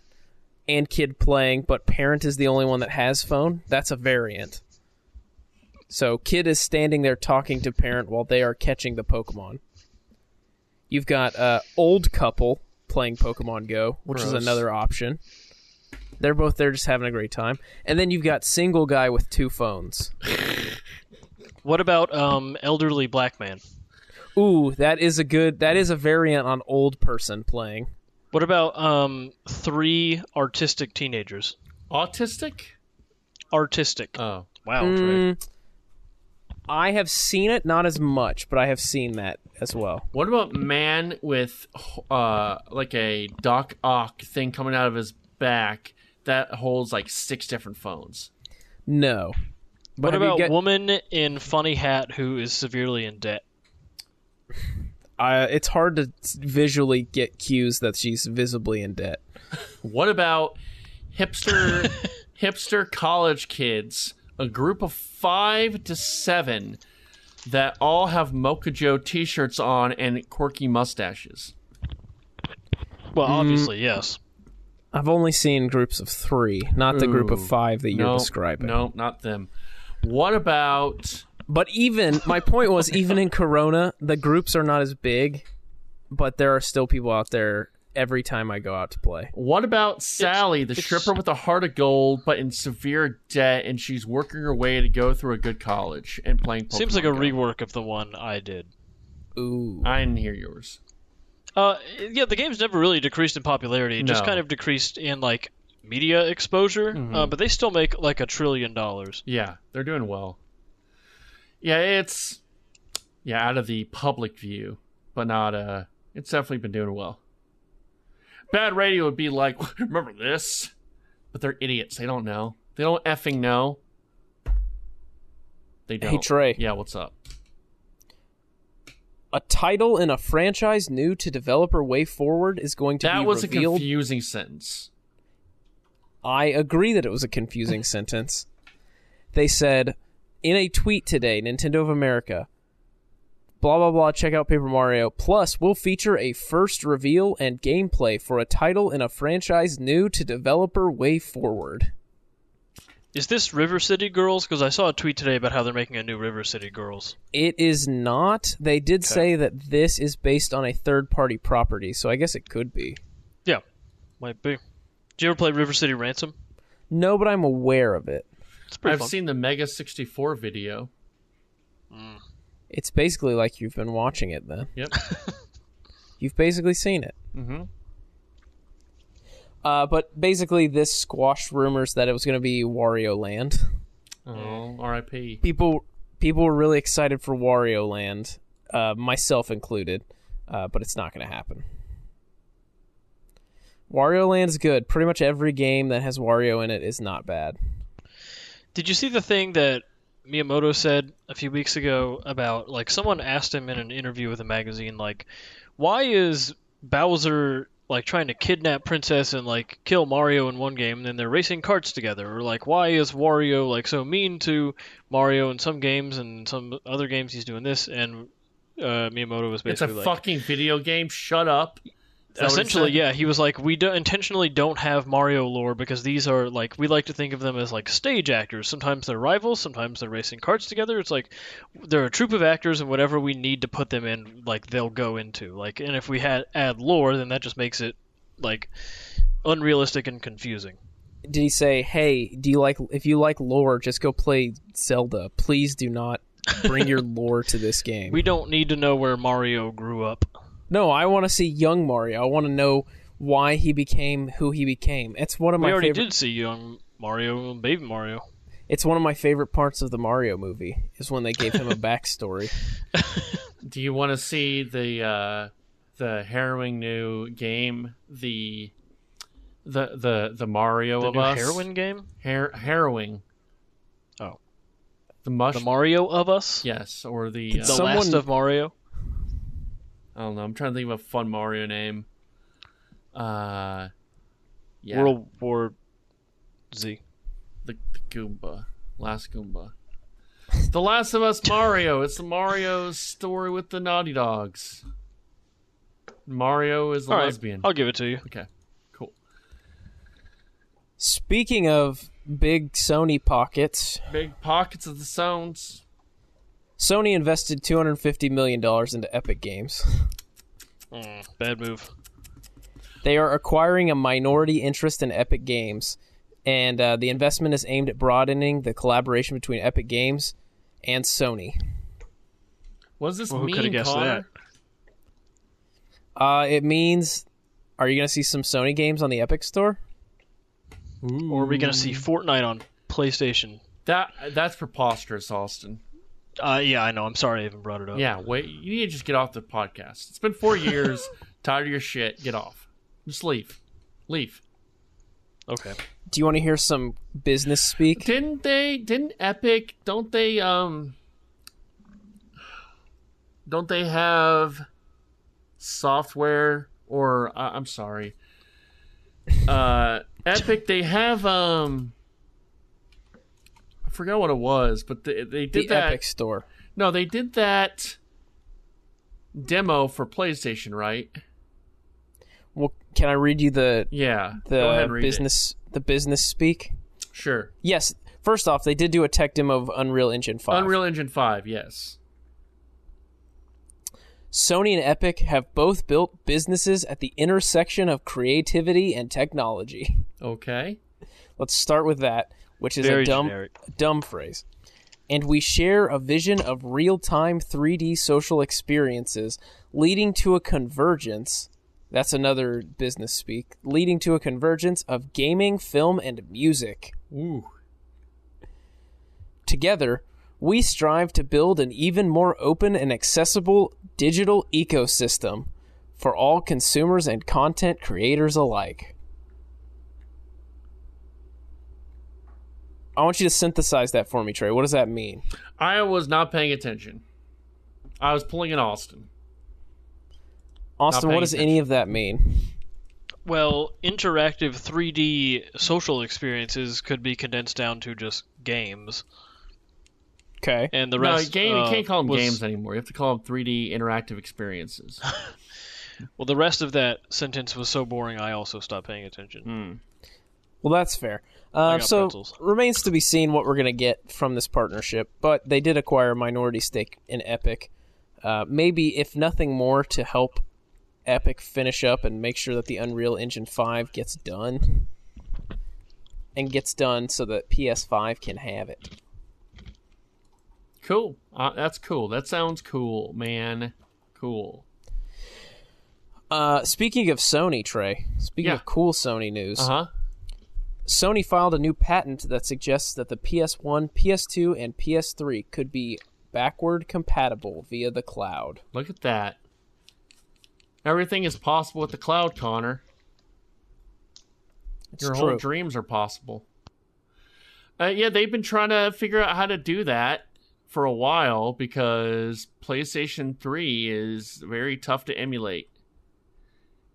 [SPEAKER 4] and kid playing, but parent is the only one that has phone. That's a variant. So kid is standing there talking to parent while they are catching the Pokemon. You've got uh, old couple playing Pokemon Go, which is
[SPEAKER 3] Gross.
[SPEAKER 4] another option. They're both there just having a great time. And then you've got single guy with two phones.
[SPEAKER 1] What about um, elderly black man?
[SPEAKER 4] Ooh, that is a good that is a variant on old person playing.
[SPEAKER 1] What about um, three artistic teenagers?
[SPEAKER 3] Autistic?
[SPEAKER 1] Artistic.
[SPEAKER 3] Oh.
[SPEAKER 1] wow. Trey.
[SPEAKER 4] Mm, I have seen it, not as much, but I have seen that as well.
[SPEAKER 3] What about man with uh like a Doc Ock thing coming out of his back that holds like six different phones?
[SPEAKER 4] No. But
[SPEAKER 1] What
[SPEAKER 4] have you
[SPEAKER 1] about
[SPEAKER 4] got-
[SPEAKER 1] woman in funny hat who is severely in debt?
[SPEAKER 4] I- it's hard to s- visually get cues that she's visibly in debt.
[SPEAKER 3] What about hipster hipster college kids, a group of 5 to 7 that all have Mocha Joe t-shirts on and quirky mustaches?
[SPEAKER 4] Hmm.
[SPEAKER 1] Well, obviously, yes.
[SPEAKER 4] I've only seen groups of three, not the group of
[SPEAKER 3] Ooh.
[SPEAKER 4] five that you're
[SPEAKER 3] no,
[SPEAKER 4] describing.
[SPEAKER 3] No, not them. What about
[SPEAKER 4] But even my point was, even in Corona, the groups are not as big, but there are still people out there. Every time I go out to play,
[SPEAKER 3] What about Sally, the stripper with a heart of gold, but in severe debt, and she's working her way to go through a good college and playing Pokemon
[SPEAKER 1] Seems like a
[SPEAKER 3] Go?
[SPEAKER 1] rework of the one I did.
[SPEAKER 4] ooh,
[SPEAKER 3] I didn't hear yours.
[SPEAKER 1] Uh, yeah, the game's never really decreased in popularity. It just
[SPEAKER 3] No.
[SPEAKER 1] kind of decreased in like media exposure.
[SPEAKER 3] Mm-hmm.
[SPEAKER 1] Uh, but they still make like a trillion dollars.
[SPEAKER 3] Yeah, they're doing well. Yeah, it's yeah out of the public view, but not uh, it's definitely been doing well. Bad radio would be like, remember this, but they're idiots. They don't know. They don't effing know. They don't.
[SPEAKER 4] Trey.
[SPEAKER 3] Yeah, what's up?
[SPEAKER 4] a title in a franchise new to developer Way Forward is going to
[SPEAKER 3] That
[SPEAKER 4] be
[SPEAKER 3] was a
[SPEAKER 4] revealed.
[SPEAKER 3] confusing sentence.
[SPEAKER 4] I agree that it was a confusing sentence. They said in a tweet today, Nintendo of America, blah blah blah check out paper mario plus we'll feature a first reveal and gameplay for a title in a franchise new to developer way forward
[SPEAKER 1] Is this River City Girls? Because I saw a tweet today about how they're making a new River City Girls.
[SPEAKER 4] it is not they did say that this is based on a third party property so i guess it could be
[SPEAKER 1] Yeah, might be. Did you ever play River City Ransom?
[SPEAKER 4] no but i'm aware of it
[SPEAKER 1] It's pretty
[SPEAKER 3] I've
[SPEAKER 1] fun.
[SPEAKER 3] seen the Mega 64 video.
[SPEAKER 4] it's basically like you've been watching it then
[SPEAKER 3] Yep.
[SPEAKER 4] You've basically seen it.
[SPEAKER 3] Mhm.
[SPEAKER 4] Uh, but basically, this squashed rumors that it was going to be Wario Land.
[SPEAKER 3] oh, R.I.P.
[SPEAKER 4] People people were really excited for Wario Land, uh, myself included, uh, but it's not going to happen. Wario Land's good. Pretty much every game that has Wario in it is not bad.
[SPEAKER 1] Did you see the thing that Miyamoto said a few weeks ago about like someone asked him in an interview with a magazine like why is Bowser like trying to kidnap Princess and like kill Mario in one game and then they're racing carts together or like why is Wario like so mean to Mario in some games and some other games he's doing this and uh, Miyamoto was
[SPEAKER 3] It's a
[SPEAKER 1] basically like
[SPEAKER 3] fucking video game. Shut up. Is that what he
[SPEAKER 1] Essentially,
[SPEAKER 3] said?
[SPEAKER 1] yeah, he was like, we do- intentionally don't have Mario lore because these are like we like to think of them as like stage actors. Sometimes they're rivals, sometimes they're racing carts together. It's like they're a troop of actors, and whatever we need to put them in, like they'll go into. Like, and if we had add lore, then that just makes it like unrealistic and confusing.
[SPEAKER 4] Did he say, "Hey, do you like if you like lore, just go play Zelda. Please do not bring your lore to this game."
[SPEAKER 1] We don't need to know where Mario grew up.
[SPEAKER 4] No, I want to see young Mario. I want to know why he became who he became. It's one of
[SPEAKER 1] We
[SPEAKER 4] my
[SPEAKER 1] already
[SPEAKER 4] favorite.
[SPEAKER 1] did see young Mario and Baby Mario.
[SPEAKER 4] It's one of my favorite parts of the Mario movie is when they gave him a backstory.
[SPEAKER 3] Do you want to see the uh, the harrowing new game, the the the the Mario
[SPEAKER 1] The
[SPEAKER 3] of
[SPEAKER 1] new
[SPEAKER 3] us?
[SPEAKER 1] heroin game,
[SPEAKER 3] Har- harrowing.
[SPEAKER 1] Oh.
[SPEAKER 3] The mush.
[SPEAKER 1] the Mario of us,
[SPEAKER 3] yes, or the.
[SPEAKER 4] Did
[SPEAKER 3] uh,
[SPEAKER 1] the
[SPEAKER 4] Someone-
[SPEAKER 1] last of Mario.
[SPEAKER 3] I don't know. I'm trying to think of a fun Mario name. Uh, yeah,
[SPEAKER 1] World War Z.
[SPEAKER 3] the, the Goomba, last Goomba, The Last of Us Mario. It's the Mario story with the Naughty Dogs. Mario is a
[SPEAKER 1] All right,
[SPEAKER 3] lesbian.
[SPEAKER 1] I'll give it to you.
[SPEAKER 3] Okay, cool.
[SPEAKER 4] Speaking of big Sony pockets,
[SPEAKER 3] Big pockets of the sounds.
[SPEAKER 4] Sony invested 250 million dollars into Epic Games.
[SPEAKER 1] Mm, bad move.
[SPEAKER 4] They are acquiring a minority interest in Epic Games, and uh, the investment is aimed at broadening the collaboration between Epic Games and Sony.
[SPEAKER 3] What does this
[SPEAKER 1] Well, who coulda
[SPEAKER 3] mean,
[SPEAKER 1] guessed
[SPEAKER 3] Connor?
[SPEAKER 4] Uh, it means, are you going to see some Sony games on the Epic Store?
[SPEAKER 1] Or are we gonna see Fortnite on PlayStation?
[SPEAKER 3] That? that's preposterous, Austin.
[SPEAKER 1] Uh, yeah, I know. I'm sorry I even brought it up.
[SPEAKER 3] Yeah, wait. You need to just get off the podcast. It's been four years. Tired of your shit. Get off. Just leave. Leave.
[SPEAKER 1] Okay.
[SPEAKER 4] Do you want to hear some business speak?
[SPEAKER 3] Didn't they? Didn't Epic? Don't they? Um. Don't they have software? Or uh, I'm sorry. Uh, Epic. They have um. I forgot what it was, but they, they
[SPEAKER 4] The
[SPEAKER 3] did that.
[SPEAKER 4] Epic Store.
[SPEAKER 3] No, they did that demo for PlayStation, right?
[SPEAKER 4] Well, can I read you the
[SPEAKER 3] Yeah. Go ahead,
[SPEAKER 4] the
[SPEAKER 3] and read it.
[SPEAKER 4] business the business speak?
[SPEAKER 3] Sure.
[SPEAKER 4] Yes. First off, they did do a tech demo of Unreal Engine 5.
[SPEAKER 3] Unreal Engine Five. Yes.
[SPEAKER 4] Sony and Epic have both built businesses at the intersection of creativity and technology.
[SPEAKER 3] Okay.
[SPEAKER 4] Let's start with that, which is
[SPEAKER 1] Very
[SPEAKER 4] a dumb
[SPEAKER 1] generic.
[SPEAKER 4] dumb phrase. And we share a vision of real-time 3D social experiences leading to a convergence. That's another business speak, leading to a convergence of gaming, film, and music.
[SPEAKER 3] Ooh.
[SPEAKER 4] Together, we strive to build an even more open and accessible digital ecosystem for all consumers and content creators alike. I want you to synthesize that for me, Trey. What does that mean?
[SPEAKER 3] I was not paying attention. I was pulling an Austin.
[SPEAKER 4] Austin,
[SPEAKER 3] paying
[SPEAKER 4] what does any
[SPEAKER 3] attention.
[SPEAKER 4] of that mean?
[SPEAKER 1] Well, interactive 3D social experiences could be condensed down to just games.
[SPEAKER 4] Okay.
[SPEAKER 1] and the
[SPEAKER 3] No,
[SPEAKER 1] rest.
[SPEAKER 3] game,
[SPEAKER 1] uh,
[SPEAKER 3] you can't call them
[SPEAKER 1] was-
[SPEAKER 3] games anymore. You have to call them 3D interactive experiences.
[SPEAKER 1] Well, the rest of that sentence was so boring, I also stopped paying attention.
[SPEAKER 3] Hmm.
[SPEAKER 4] Well, that's fair. Uh,
[SPEAKER 1] got
[SPEAKER 4] so
[SPEAKER 1] pencils.
[SPEAKER 4] remains to be seen what we're going to get from this partnership, but they did acquire a minority stake in Epic. Uh, maybe, if nothing more, to help Epic finish up and make sure that the Unreal Engine 5 gets done and gets done so that PS5 can have it.
[SPEAKER 3] cool. Uh, that's cool. That sounds cool, man. Cool.
[SPEAKER 4] Uh, speaking of Sony, Trey, speaking
[SPEAKER 3] Yeah.
[SPEAKER 4] of cool Sony news,
[SPEAKER 3] Uh huh.
[SPEAKER 4] Sony filed a new patent that suggests that the PS1, PS2, and PS3 could be backward compatible via the cloud.
[SPEAKER 3] Look at that. Everything is possible with the cloud, Connor.
[SPEAKER 4] It's
[SPEAKER 3] Your
[SPEAKER 4] true.
[SPEAKER 3] whole dreams are possible. Uh, yeah, they've been trying to figure out how to do that for a while because PlayStation 3 is very tough to emulate.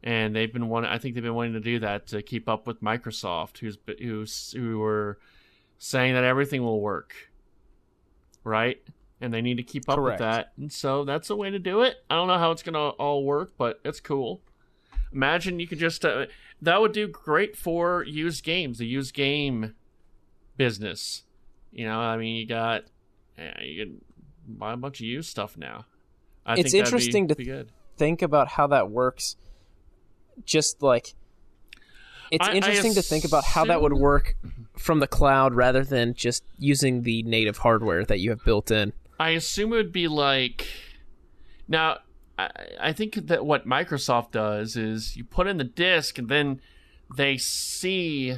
[SPEAKER 3] And they've been wanting, I think they've been wanting to do that to keep up with Microsoft, who's who's who were saying that everything will work, right? And they need to keep up
[SPEAKER 4] Correct.
[SPEAKER 3] with that. And so that's a way to do it. I don't know how it's gonna all work, but it's cool. Imagine you could just uh, that would do great for used games, the used game business. You know, I mean, you got yeah, you can buy a bunch of used stuff now. I think that'd
[SPEAKER 4] It's
[SPEAKER 3] be-
[SPEAKER 4] interesting to-
[SPEAKER 3] be good.
[SPEAKER 4] think about how that works. Just like it's
[SPEAKER 3] I- I
[SPEAKER 4] interesting to think about how that would
[SPEAKER 3] assume-
[SPEAKER 4] work from the cloud rather than just using the native hardware that you have built in.
[SPEAKER 3] I assume it would be like now. I, I think that what Microsoft does is you put in the disk, and then they see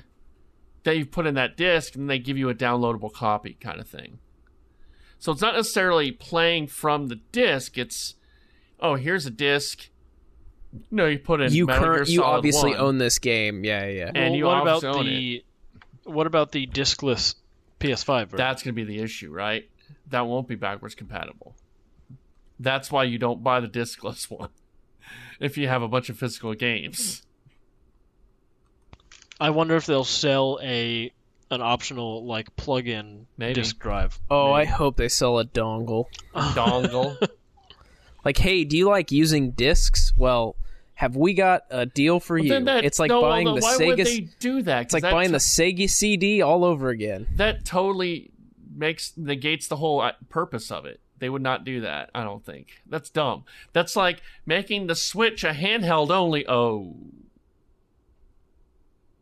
[SPEAKER 3] that you put in that disk, and they give you a downloadable copy kind of thing. So it's not necessarily playing from the disk. It's oh, here's a disk. No, you put in
[SPEAKER 4] you
[SPEAKER 3] Metal Gear
[SPEAKER 4] current, you
[SPEAKER 3] Solid
[SPEAKER 4] obviously
[SPEAKER 3] 1.
[SPEAKER 4] own this game. Yeah, yeah. yeah.
[SPEAKER 3] And
[SPEAKER 1] Well,
[SPEAKER 3] you
[SPEAKER 1] what about
[SPEAKER 3] obviously own
[SPEAKER 1] the what about the discless PS5 version?
[SPEAKER 3] That's going to be the issue, right? That won't be backwards compatible. That's why you don't buy the discless one if you have a bunch of physical games.
[SPEAKER 1] I wonder if they'll sell a an optional like plug-in
[SPEAKER 3] Maybe.
[SPEAKER 1] disc drive.
[SPEAKER 4] Oh, I hope they sell a dongle.
[SPEAKER 3] Dongle.
[SPEAKER 4] Like, hey, do you like using discs? Well, have we got a deal for you?
[SPEAKER 3] Then that-
[SPEAKER 4] it's like
[SPEAKER 3] no, well,
[SPEAKER 4] buying
[SPEAKER 3] then
[SPEAKER 4] the
[SPEAKER 3] why would
[SPEAKER 4] Sega.
[SPEAKER 3] they do that?
[SPEAKER 4] It's like buying the Sega CD all over again.
[SPEAKER 3] that totally makes negates the whole uh, purpose of it. They would not do that. I don't think that's dumb. That's like making the Switch a handheld only. Oh,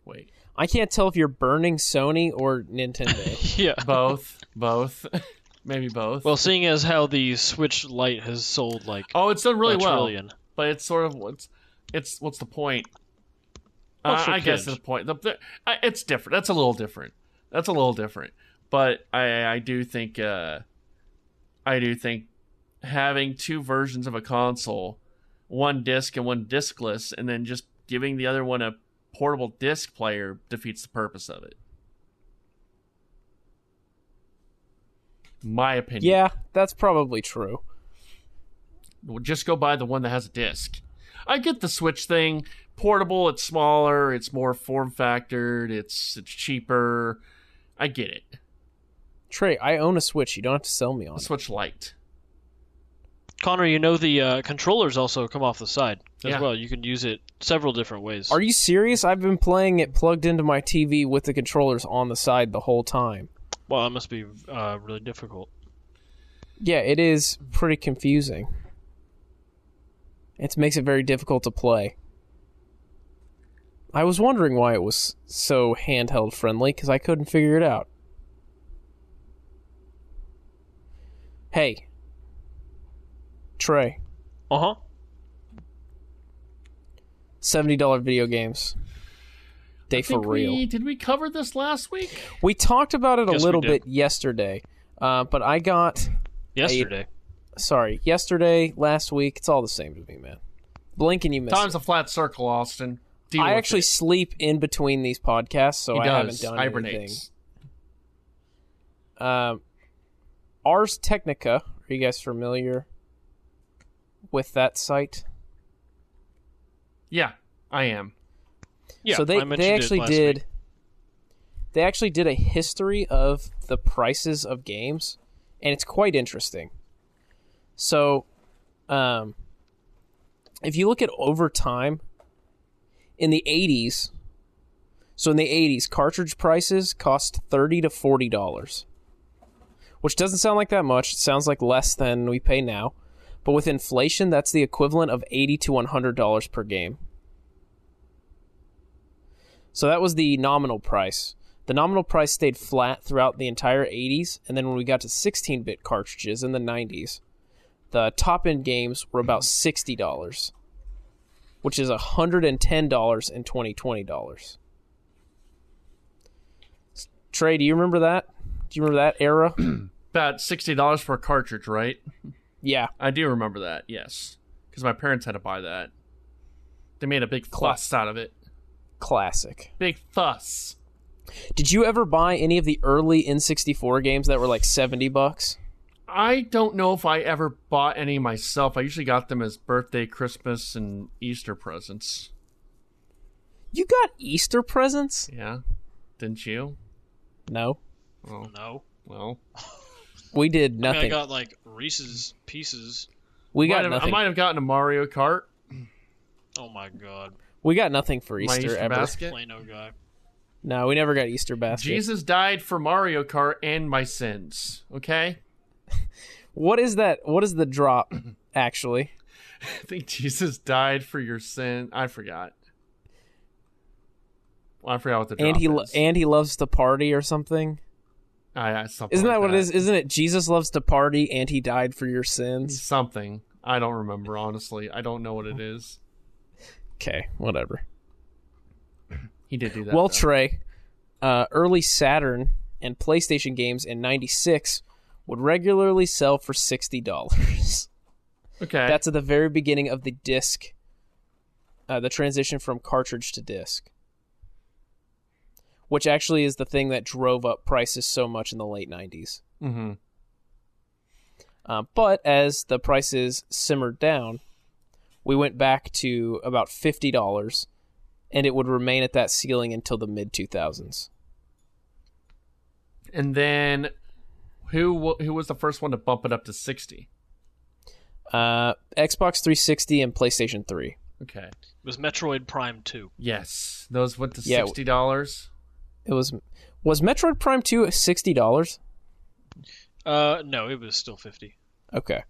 [SPEAKER 3] wait,
[SPEAKER 4] I can't tell if you're burning Sony or Nintendo.
[SPEAKER 1] Yeah.
[SPEAKER 3] both, both, maybe both.
[SPEAKER 1] Well, seeing as how the Switch Lite has sold like
[SPEAKER 3] oh, it's done really
[SPEAKER 1] a
[SPEAKER 3] well.
[SPEAKER 1] trillion.
[SPEAKER 3] but it's sort of what's it's what's the point?
[SPEAKER 1] Well,
[SPEAKER 3] Uh,
[SPEAKER 1] for
[SPEAKER 3] I guess
[SPEAKER 1] kids.
[SPEAKER 3] the point. The, the, I- it's different. That's a little different. That's a little different. But I I do think uh, I do think having two versions of a console, one disc and one discless, and then just giving the other one a portable disc player defeats the purpose of it. My opinion.
[SPEAKER 4] yeah, that's probably true.
[SPEAKER 3] Well, just go buy the one that has a disc. I get the Switch thing, portable, it's smaller, it's more form factored, it's it's cheaper. I get it.
[SPEAKER 4] Trey, I own a Switch. You don't have to sell me on it.
[SPEAKER 3] Switch Lite.
[SPEAKER 1] Connor, you know the uh, controllers also come off the side as
[SPEAKER 3] Yeah.
[SPEAKER 1] well. You can use it several different ways.
[SPEAKER 4] Are you serious? I've been playing it plugged into my TV with the controllers on the side the whole time.
[SPEAKER 1] Well, it must be uh, really difficult.
[SPEAKER 4] Yeah, it is pretty confusing. It makes it very difficult to play. I was wondering why it was so handheld friendly because I couldn't figure it out. Hey, Trey,
[SPEAKER 1] Uh
[SPEAKER 3] Uh-huh.
[SPEAKER 1] huh.
[SPEAKER 4] $70 video games. They
[SPEAKER 3] I
[SPEAKER 4] for
[SPEAKER 3] think
[SPEAKER 4] real.
[SPEAKER 3] We, did we cover this last week?
[SPEAKER 4] We talked about it
[SPEAKER 1] Yes, we
[SPEAKER 4] a little
[SPEAKER 1] did.
[SPEAKER 4] bit yesterday, uh, but I got
[SPEAKER 1] Yesterday.
[SPEAKER 4] sorry yesterday, last week. It's all the same to me, man. Blink and you miss.
[SPEAKER 3] Time's
[SPEAKER 4] it.
[SPEAKER 3] a flat circle, Austin. Deal
[SPEAKER 4] I
[SPEAKER 3] with
[SPEAKER 4] actually
[SPEAKER 3] it.
[SPEAKER 4] sleep in between these podcasts, so
[SPEAKER 3] he
[SPEAKER 4] I haven't
[SPEAKER 3] does.
[SPEAKER 4] done anything.
[SPEAKER 3] Hibernates.
[SPEAKER 4] Um, Ars Technica. Are you guys familiar with that site?
[SPEAKER 3] Yeah, I am.
[SPEAKER 1] Yeah.
[SPEAKER 4] so they
[SPEAKER 1] I mentioned
[SPEAKER 4] they
[SPEAKER 1] it
[SPEAKER 4] actually
[SPEAKER 1] last
[SPEAKER 4] did
[SPEAKER 1] week.
[SPEAKER 4] they actually did a history of the prices of games and it's quite interesting. So, um, if you look at over time, in the 80s, so in the 80s, cartridge prices cost 30 to $40, which doesn't sound like that much. It sounds like less than we pay now. But with inflation, that's the equivalent of 80 to $100 per game. So that was the nominal price. The nominal price stayed flat throughout the entire 80s, and then when we got to 16 bit cartridges in the 90s, the top end games were about $60, which is $110 and $2020. Trey, do you remember that? Do you remember that era?
[SPEAKER 3] About $60 for a cartridge, right?
[SPEAKER 4] yeah.
[SPEAKER 3] I do remember that, yes. Because my parents had to buy that. They made a big fuss out of it.
[SPEAKER 4] Classic.
[SPEAKER 3] Big fuss.
[SPEAKER 4] Did you ever buy any of the early N64 games that were like 70 bucks?
[SPEAKER 3] I don't know if I ever bought any myself. I usually got them as birthday, Christmas, and Easter presents.
[SPEAKER 4] You got Easter presents?
[SPEAKER 3] Yeah. Didn't you?
[SPEAKER 4] No.
[SPEAKER 1] No.
[SPEAKER 3] Well,
[SPEAKER 4] We did
[SPEAKER 1] I, mean,
[SPEAKER 4] nothing.
[SPEAKER 1] I got like Reese's pieces.
[SPEAKER 4] we
[SPEAKER 3] might
[SPEAKER 4] got
[SPEAKER 3] have- I
[SPEAKER 4] nothing.
[SPEAKER 3] might have gotten a Mario Kart,
[SPEAKER 1] Oh my god.
[SPEAKER 4] We got nothing for
[SPEAKER 3] my
[SPEAKER 4] Easter,
[SPEAKER 3] Easter
[SPEAKER 4] ever.
[SPEAKER 3] basket.
[SPEAKER 1] Plano guy.
[SPEAKER 4] No, we never got Easter basket.
[SPEAKER 3] Jesus died for Mario Kart and my sins. Okay?
[SPEAKER 4] What is that? What is the drop actually?
[SPEAKER 3] I think Jesus died for your sin. I forgot. Well, I forgot what the drop
[SPEAKER 4] and he lo-
[SPEAKER 3] is.
[SPEAKER 4] and he loves to party or something.
[SPEAKER 3] I, I, something
[SPEAKER 4] Isn't
[SPEAKER 3] like
[SPEAKER 4] that what it is? Isn't it Jesus loves to party and he died for your sins?
[SPEAKER 3] Something. I don't remember, honestly. I don't know what it is.
[SPEAKER 4] Okay, whatever.
[SPEAKER 3] He did do that.
[SPEAKER 4] well,
[SPEAKER 3] though.
[SPEAKER 4] Trey, uh, early Saturn and PlayStation games in '96 would regularly sell for sixty dollars.
[SPEAKER 3] okay.
[SPEAKER 4] That's at the very beginning of the disc, uh, the transition from cartridge to disc, which actually is the thing that drove up prices so much in the late 90s.
[SPEAKER 3] hmm
[SPEAKER 4] Uh, but as the prices simmered down, we went back to about $50, and it would remain at that ceiling until the mid 2000s.
[SPEAKER 3] And then, who wa- who was the first one to bump it up to sixty?
[SPEAKER 4] Uh, Xbox 360 and PlayStation 3.
[SPEAKER 3] Okay.
[SPEAKER 1] It was Metroid Prime 2.
[SPEAKER 3] Yes, those went to
[SPEAKER 4] Yeah, w-
[SPEAKER 3] sixty dollars.
[SPEAKER 4] It was was Metroid Prime 2 $60?
[SPEAKER 1] Uh, no, it was still 50.
[SPEAKER 4] Okay.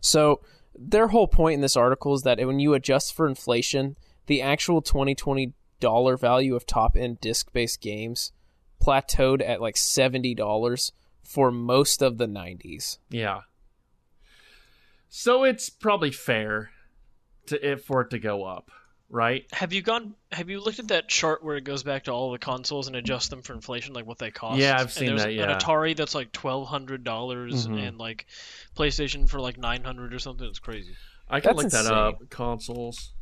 [SPEAKER 4] So their whole point in this article is that when you adjust for inflation, the actual 2020 dollar value of top end disc based games plateaued at like $70 for most of the 90s.
[SPEAKER 3] Yeah. So it's probably fair to it for it to go up, right?
[SPEAKER 1] Have you gone? Have you looked at that chart where it goes back to all the consoles and adjusts them for inflation, like what they cost?
[SPEAKER 3] Yeah, I've
[SPEAKER 1] And
[SPEAKER 3] seen
[SPEAKER 1] there's
[SPEAKER 3] that, yeah. Mm-hmm.
[SPEAKER 1] an Atari that's like twelve hundred dollars, and like PlayStation for like nine hundred or something. It's crazy.
[SPEAKER 3] I can
[SPEAKER 4] That's
[SPEAKER 3] look that
[SPEAKER 4] insane.
[SPEAKER 3] up. Consoles.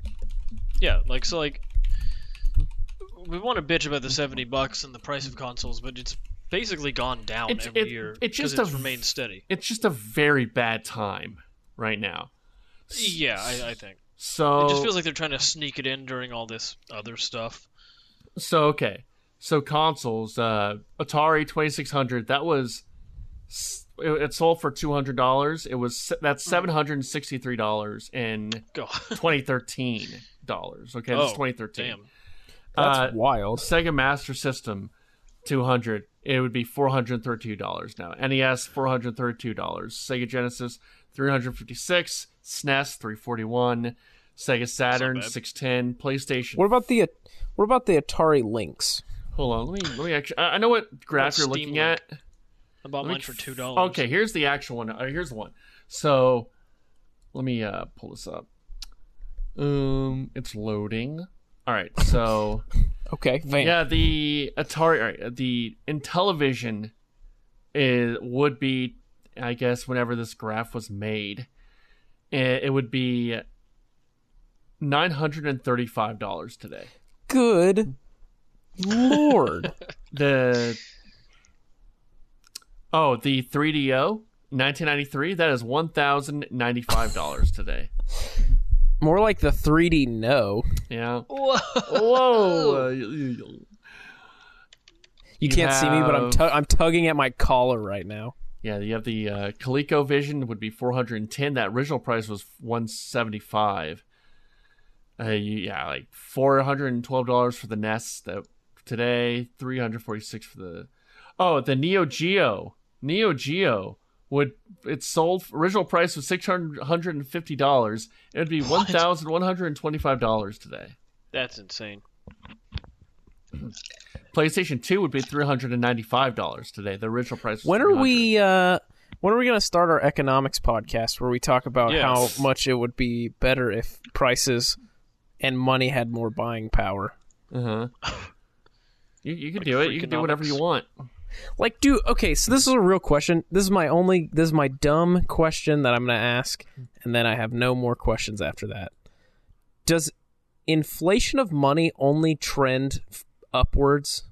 [SPEAKER 1] Yeah, like so, like we want to bitch about the seventy bucks and the price of consoles, but it's basically gone down
[SPEAKER 3] It's-
[SPEAKER 1] every
[SPEAKER 3] it-
[SPEAKER 1] year.
[SPEAKER 3] it's
[SPEAKER 1] 'cause
[SPEAKER 3] just a
[SPEAKER 1] it's
[SPEAKER 3] v-
[SPEAKER 1] remained steady.
[SPEAKER 3] It's just a very bad time right now.
[SPEAKER 1] Yeah, I, I think
[SPEAKER 3] So
[SPEAKER 1] it just feels like they're trying to sneak it in during all this other stuff.
[SPEAKER 3] So okay, so consoles, uh, Atari twenty six hundred. That was s- it, it sold for two hundred dollars. It was se-
[SPEAKER 1] Hmm.
[SPEAKER 3] that's seven hundred and sixty three dollars in
[SPEAKER 1] Go.
[SPEAKER 3] twenty thirteen dollars. Okay, this is
[SPEAKER 1] Oh,
[SPEAKER 3] twenty thirteen.
[SPEAKER 1] Damn.
[SPEAKER 4] That's
[SPEAKER 3] Uh,
[SPEAKER 4] wild.
[SPEAKER 3] Sega Master System, two hundred. It would be four hundred thirty two dollars now. NES four hundred thirty two dollars. Sega Genesis three hundred fifty six. SNES E three forty one. Sega Saturn
[SPEAKER 1] bad.
[SPEAKER 3] six ten. PlayStation
[SPEAKER 4] What about the what about the Atari Lynx?
[SPEAKER 3] Hold on, let me let me actually. I I know what graph you're
[SPEAKER 1] Steam
[SPEAKER 3] looking
[SPEAKER 1] Link?
[SPEAKER 3] at.
[SPEAKER 1] I bought
[SPEAKER 3] Let me
[SPEAKER 1] mine for
[SPEAKER 3] f-
[SPEAKER 1] two dollars.
[SPEAKER 3] Okay, here's the actual one. Uh, here's the one. So, let me uh, pull this up. Um, it's loading. All right, so
[SPEAKER 4] Okay, Van.
[SPEAKER 3] yeah, the Atari, all right, the Intellivision, is would be, I guess, whenever this graph was made, it, it would be nine hundred and thirty-five dollars today.
[SPEAKER 4] Good lord.
[SPEAKER 3] the oh the 3do 1993 that is $1095 today
[SPEAKER 4] More like the 3D no.
[SPEAKER 3] yeah
[SPEAKER 1] Whoa.
[SPEAKER 3] whoa
[SPEAKER 4] You,
[SPEAKER 3] You
[SPEAKER 4] can't see me, but I'm
[SPEAKER 3] have-
[SPEAKER 4] tu- I'm tugging at my collar right now.
[SPEAKER 3] Yeah, you have the uh, Coleco Vision would be 410. That original price was 175. Uh, you, yeah, like 412 dollars for the NES that today, 346 for the. Oh, the Neo Geo. Neo Geo would it sold original price was 650 dollars. It would be 1,125 dollars today.
[SPEAKER 1] That's insane.
[SPEAKER 3] PlayStation 2 would be 395 dollars today. The original price. Was
[SPEAKER 4] When are
[SPEAKER 3] 300.
[SPEAKER 4] we? Uh, when are we going to start our economics podcast where we talk about
[SPEAKER 1] Yeah.
[SPEAKER 4] how much it would be better if prices and money had more buying power?
[SPEAKER 3] Uh huh. You, you can do it. You can do whatever you
[SPEAKER 1] Freakonomics.
[SPEAKER 3] want.
[SPEAKER 4] Like, dude, okay, so this is a real question. This is my only, this is my dumb question that I'm going to ask, and then I have no more questions after that. Does inflation of money only trend f- upwards?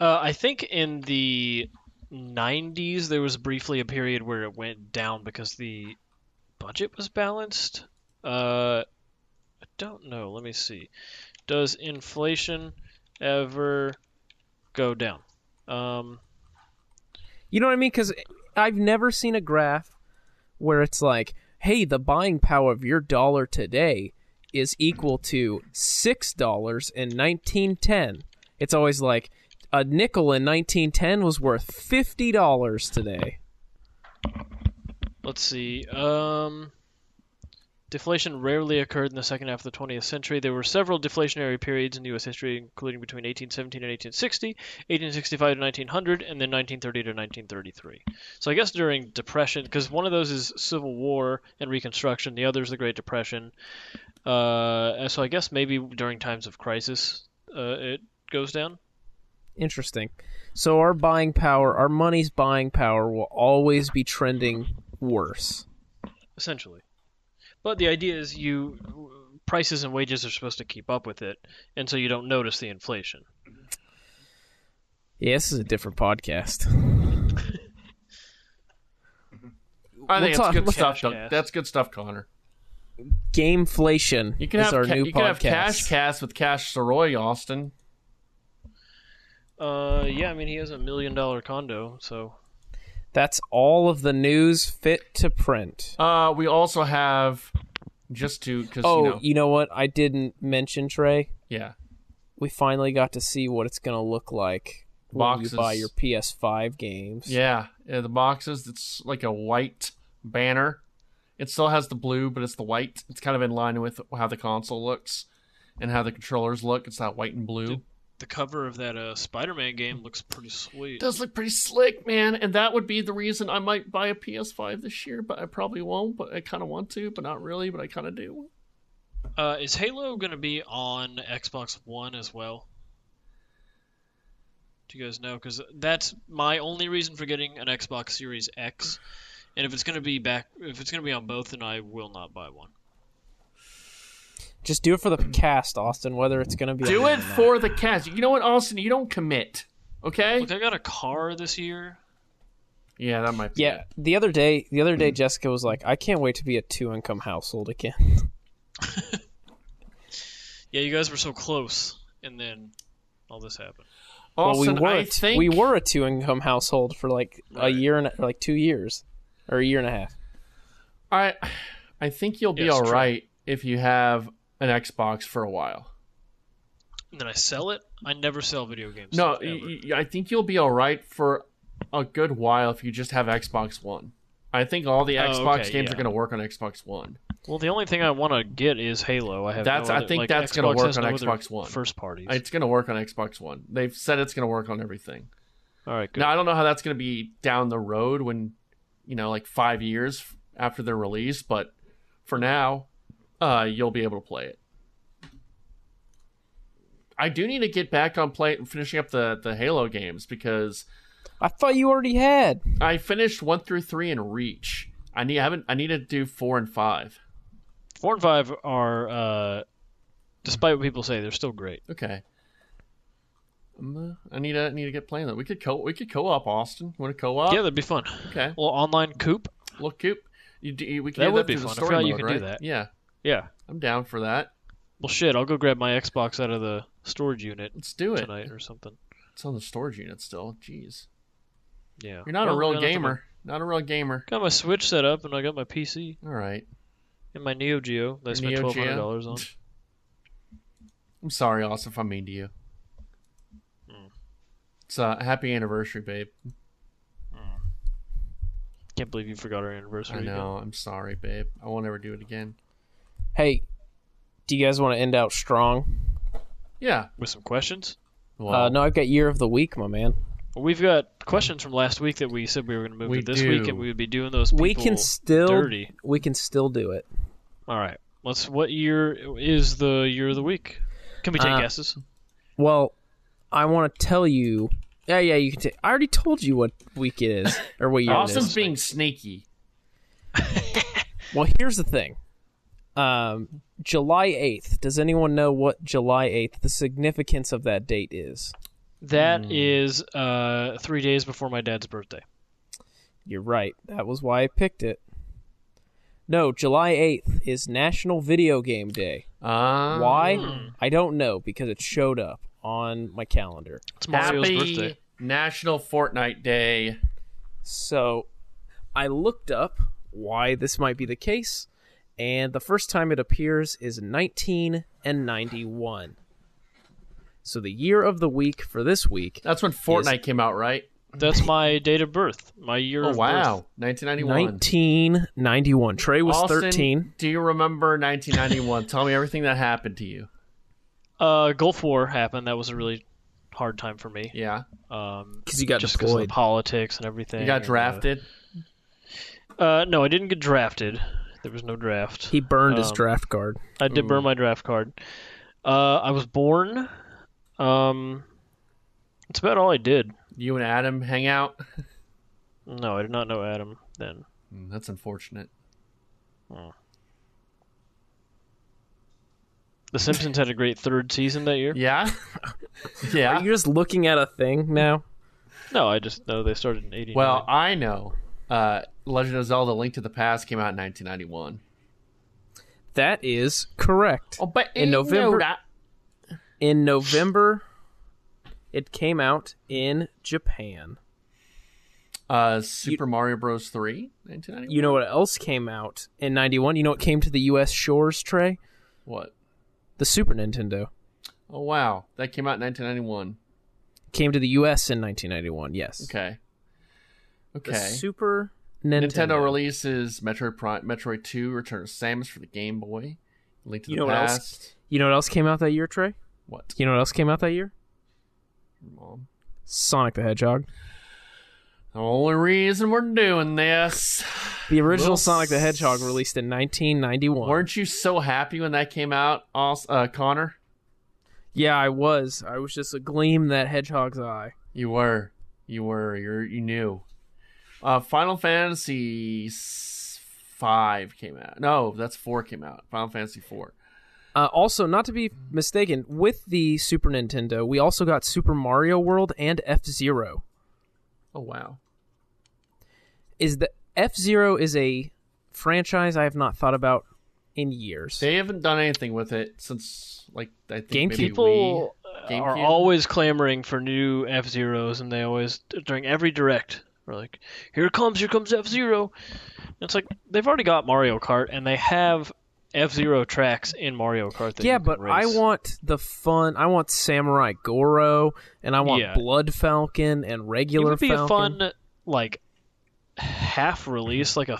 [SPEAKER 1] Uh, I think in the 90s there was briefly a period where it went down because the budget was balanced. Uh, I don't know. Let me see. Does inflation ever go down? Um,
[SPEAKER 4] You know what I mean? Because I've never seen a graph where it's like, hey, the buying power of your dollar today is equal to six dollars in 1910. It's always like a nickel in 1910 was worth fifty dollars today.
[SPEAKER 1] Let's see. Um, deflation rarely occurred in the second half of the 20th century. There were several deflationary periods in U.S. history, including between 1817 and 1860, 1865 to 1900, and then 1930 to 1933. So I guess during Depression, because one of those is Civil War and Reconstruction, the other is the Great Depression. Uh, and so I guess maybe during times of crisis, uh, it goes down.
[SPEAKER 4] Interesting. So our buying power, our money's buying power, will always be trending worse.
[SPEAKER 1] essentially. But the idea is you prices and wages are supposed to keep up with it, and so you don't notice the inflation.
[SPEAKER 4] Yeah, this is a different podcast.
[SPEAKER 3] I think
[SPEAKER 4] We'll
[SPEAKER 3] it's
[SPEAKER 4] talk-
[SPEAKER 3] good
[SPEAKER 4] we'll-
[SPEAKER 3] stuff.
[SPEAKER 1] Cash
[SPEAKER 3] Doug.
[SPEAKER 1] cast.
[SPEAKER 3] That's good stuff, Connor.
[SPEAKER 4] Gameflation
[SPEAKER 3] You can
[SPEAKER 4] is
[SPEAKER 3] have
[SPEAKER 4] our
[SPEAKER 3] ca-
[SPEAKER 4] new
[SPEAKER 3] you
[SPEAKER 4] podcast.
[SPEAKER 3] can have Cash Cast with Cash Soroy Austin.
[SPEAKER 1] Uh, yeah, I mean he has a million dollar condo, so
[SPEAKER 4] That's all of the news fit to print.
[SPEAKER 3] Uh, we also have just to because
[SPEAKER 4] Oh,
[SPEAKER 3] you know,
[SPEAKER 4] what? I didn't mention Trey.
[SPEAKER 3] yeah,
[SPEAKER 4] We finally got to see what it's gonna look like
[SPEAKER 3] Boxes.
[SPEAKER 4] when you buy your PS5 games.
[SPEAKER 3] yeah, yeah. The boxes. It's like a white banner. It still has the blue, but it's the white. It's kind of in line with how the console looks and how the controllers look. It's that white and blue.
[SPEAKER 1] the cover of that uh Spider-Man game looks pretty sweet.
[SPEAKER 3] does look pretty slick, man. And that would be the reason I might buy a PS5 this year, but I probably won't. But I kind of want to, but not really. But I kind of do.
[SPEAKER 1] Uh, is Halo gonna be on Xbox One as well? Do you guys know? Because that's my only reason for getting an Xbox Series X. And if it's gonna be back, if it's gonna be on both, then I will not buy one.
[SPEAKER 4] Just do it for the cast, Austin. Whether it's gonna be
[SPEAKER 3] Do
[SPEAKER 4] on
[SPEAKER 3] it for the cast. You know what, Austin? You don't commit. Okay.
[SPEAKER 1] Look, I got a car this year.
[SPEAKER 3] Yeah, Mm. that might. Be
[SPEAKER 4] Yeah,
[SPEAKER 3] it.
[SPEAKER 4] the other day, the other day, Jessica was like, "I can't wait to be a two-income household again."
[SPEAKER 1] Yeah, you guys were so close, and then all this happened.
[SPEAKER 4] Well, we
[SPEAKER 3] Austin,
[SPEAKER 4] were, a
[SPEAKER 3] I
[SPEAKER 4] t-
[SPEAKER 3] think
[SPEAKER 4] we were a two-income household for like a year and like two years, or a year and a half.
[SPEAKER 3] I, I think you'll be
[SPEAKER 1] Yes,
[SPEAKER 3] all
[SPEAKER 1] true.
[SPEAKER 3] right if you have an Xbox for a while.
[SPEAKER 1] And then I sell it. I never sell video games.
[SPEAKER 3] No,
[SPEAKER 1] ever.
[SPEAKER 3] y- y- I think you'll be all right for a good while if you just have Xbox One. I think all the
[SPEAKER 1] Oh,
[SPEAKER 3] Xbox
[SPEAKER 1] okay,
[SPEAKER 3] games
[SPEAKER 1] yeah.
[SPEAKER 3] are going to work on Xbox One.
[SPEAKER 1] well, the only thing I want to get is Halo. I have.
[SPEAKER 3] That's-
[SPEAKER 1] no
[SPEAKER 3] I
[SPEAKER 1] other-
[SPEAKER 3] think
[SPEAKER 1] like,
[SPEAKER 3] that's
[SPEAKER 1] Xbox
[SPEAKER 3] gonna work
[SPEAKER 1] has
[SPEAKER 3] on
[SPEAKER 1] no other
[SPEAKER 3] Xbox One.
[SPEAKER 1] First parties.
[SPEAKER 3] It's going to work on Xbox One. They've said it's going to work on everything.
[SPEAKER 1] All right, good.
[SPEAKER 3] Now I don't know how that's going to be down the road when, you know, like five years f- after their release, but for now, uh, you'll be able to play it. I do need to get back on play finishing up the the Halo games because
[SPEAKER 4] I thought you already had.
[SPEAKER 3] I finished one through three in Reach. I need I haven't I need to do four and five.
[SPEAKER 1] Four and five are, uh, despite what people say, they're still great.
[SPEAKER 3] Okay. Um, I need to I need to get playing that. We could co we could co op Austin. Want to co op?
[SPEAKER 1] yeah, that'd be fun.
[SPEAKER 3] Uh, Okay.
[SPEAKER 1] Well, online coop.
[SPEAKER 3] Little coop. You, do- you, we can
[SPEAKER 1] That
[SPEAKER 3] do
[SPEAKER 1] would
[SPEAKER 3] that
[SPEAKER 1] be
[SPEAKER 3] through the
[SPEAKER 1] fun. I
[SPEAKER 3] story
[SPEAKER 1] forgot you
[SPEAKER 3] mode,
[SPEAKER 1] could do
[SPEAKER 3] right?
[SPEAKER 1] that.
[SPEAKER 3] Yeah,
[SPEAKER 1] Yeah.
[SPEAKER 3] I'm down for that.
[SPEAKER 1] Well, shit. I'll go grab my Xbox out of the storage unit
[SPEAKER 3] Let's do it.
[SPEAKER 1] tonight or something.
[SPEAKER 3] It's on the storage unit still. Jeez.
[SPEAKER 1] Yeah.
[SPEAKER 3] You're not
[SPEAKER 1] Well,
[SPEAKER 3] a
[SPEAKER 1] I
[SPEAKER 3] real
[SPEAKER 1] got my-
[SPEAKER 3] gamer. Not a real gamer.
[SPEAKER 1] Got my Switch set up and I got my PC
[SPEAKER 3] All right.
[SPEAKER 1] and my Neo Geo. That I spent
[SPEAKER 3] Neo
[SPEAKER 1] twelve
[SPEAKER 3] Geo?
[SPEAKER 1] hundred dollars on.
[SPEAKER 3] I'm sorry, Austin, if I'm mean to you.
[SPEAKER 1] Hmm.
[SPEAKER 3] It's a happy anniversary, babe.
[SPEAKER 1] Can't believe you forgot our anniversary.
[SPEAKER 3] I
[SPEAKER 1] again.
[SPEAKER 3] know. I'm sorry, babe. I won't ever do it again.
[SPEAKER 4] Hey, do you guys want to end out strong?
[SPEAKER 3] Yeah.
[SPEAKER 1] With some questions.
[SPEAKER 3] Well,
[SPEAKER 4] Uh, no, I've got year of the week, my man.
[SPEAKER 1] We've got questions from last week that we said we were going to move
[SPEAKER 3] We
[SPEAKER 1] to this
[SPEAKER 3] do.
[SPEAKER 1] week, and we would be doing those.
[SPEAKER 4] We
[SPEAKER 1] people
[SPEAKER 4] can still
[SPEAKER 1] dirty.
[SPEAKER 4] we can still do it.
[SPEAKER 1] All right. Let's. What year is the year of the week? Can we take
[SPEAKER 4] Uh,
[SPEAKER 1] guesses?
[SPEAKER 4] Well, I want to tell you. Yeah, yeah, you can take. I already told you what week it is or what year it
[SPEAKER 3] Austin's
[SPEAKER 4] is.
[SPEAKER 3] being sneaky.
[SPEAKER 4] Well, here's the thing. Um, July eighth. Does anyone know what July eighth? The significance of that date is.
[SPEAKER 3] hmm.
[SPEAKER 1] That is uh, three days before my dad's birthday.
[SPEAKER 4] You're right. That was why I picked it. No, July eighth is National Video Game Day.
[SPEAKER 3] Uh,
[SPEAKER 1] Hmm.
[SPEAKER 4] Why? I don't know because it showed up on my calendar.
[SPEAKER 1] It's Mario's
[SPEAKER 3] Happy
[SPEAKER 1] birthday.
[SPEAKER 3] National Fortnite Day.
[SPEAKER 4] So I looked up why this might be the case, and the first time it appears is 19 and 91. So the year of the week for this week,
[SPEAKER 3] That's when Fortnite came out, right?
[SPEAKER 1] That's my date of birth. My year
[SPEAKER 3] Oh,
[SPEAKER 1] of birth.
[SPEAKER 3] wow. 1991.
[SPEAKER 4] 1991. Trey was
[SPEAKER 3] Austin,
[SPEAKER 4] 13.
[SPEAKER 3] Do you remember 1991? Tell me everything that happened to you.
[SPEAKER 1] Uh, Gulf War happened. That was a really hard time for me.
[SPEAKER 3] Yeah.
[SPEAKER 1] Um,
[SPEAKER 4] 'Cause you got
[SPEAKER 1] just 'cause of
[SPEAKER 4] deployed.
[SPEAKER 1] the politics and everything.
[SPEAKER 3] You got
[SPEAKER 1] and, uh,
[SPEAKER 3] drafted.
[SPEAKER 1] Uh, no, I didn't get drafted. There was no draft.
[SPEAKER 4] He burned his
[SPEAKER 1] Um,
[SPEAKER 4] draft card.
[SPEAKER 1] I did burn my draft card. Uh, I was born. Um, it's about all I did.
[SPEAKER 3] You and Adam hang out.
[SPEAKER 1] No, I did not know Adam then.
[SPEAKER 3] Mm, That's unfortunate.
[SPEAKER 1] The Simpsons had a great third season that year.
[SPEAKER 3] Yeah. yeah.
[SPEAKER 4] You're just looking at a thing now.
[SPEAKER 1] No, I just know they started in '89.
[SPEAKER 3] Well, I know. Uh, Legend of Zelda: Link to the Past came out in 1991.
[SPEAKER 4] That is correct.
[SPEAKER 3] Oh, but
[SPEAKER 4] In
[SPEAKER 3] you know
[SPEAKER 4] November-
[SPEAKER 3] that.
[SPEAKER 4] In November, it came out in Japan.
[SPEAKER 3] uh, Super Mario Bros. 3, 1991.
[SPEAKER 4] You know what else came out in 91? You know what came to the US shores, Trey?
[SPEAKER 3] what?
[SPEAKER 4] The Super Nintendo.
[SPEAKER 3] Oh wow, that came out in 1991.
[SPEAKER 4] Came to the US in 1991. Yes.
[SPEAKER 3] Okay.
[SPEAKER 4] The
[SPEAKER 3] Okay.
[SPEAKER 4] Super
[SPEAKER 3] Nintendo.
[SPEAKER 4] Nintendo.
[SPEAKER 3] releases Metroid Prime, Metroid 2: Return of Samus for the Game Boy. Link to
[SPEAKER 4] You
[SPEAKER 3] the
[SPEAKER 4] know what else?
[SPEAKER 3] Past.
[SPEAKER 4] You know what else came out that year, Trey?
[SPEAKER 3] What?
[SPEAKER 4] You know what else came out that year?
[SPEAKER 3] Mom.
[SPEAKER 4] Sonic the Hedgehog.
[SPEAKER 3] The only reason we're doing this.
[SPEAKER 4] The original
[SPEAKER 3] Well,
[SPEAKER 4] Sonic the Hedgehog released in 1991.
[SPEAKER 3] Weren't you so happy when that came out, Aus- uh, Connor?
[SPEAKER 4] Yeah, I was. I was just a gleam in that hedgehog's eye.
[SPEAKER 3] You were. You were. You you knew. Uh, Final Fantasy s- five came out. No, that's four came out. Final Fantasy four.
[SPEAKER 4] Uh, also, not to be mistaken, with the Super Nintendo, we also got Super Mario World and F Zero.
[SPEAKER 3] Oh wow.
[SPEAKER 4] is that F Zero is a franchise I have not thought about in years.
[SPEAKER 3] They haven't done anything with it since like I think maybe
[SPEAKER 4] GameCube.
[SPEAKER 3] Wii.
[SPEAKER 1] people uh, are
[SPEAKER 3] GameCube?
[SPEAKER 1] always clamoring for new F Zeros, and they always during every direct are like, "Here it comes, here comes F Zero." It's like they've already got Mario Kart, and they have F Zero tracks in Mario Kart. That
[SPEAKER 4] yeah,
[SPEAKER 1] you can
[SPEAKER 4] but I
[SPEAKER 1] race.
[SPEAKER 4] want the fun. I want Samurai Goro, and I want
[SPEAKER 1] Yeah.
[SPEAKER 4] Blood Falcon and
[SPEAKER 1] it
[SPEAKER 4] regular
[SPEAKER 1] would be
[SPEAKER 4] Falcon.
[SPEAKER 1] a fun like half release, like a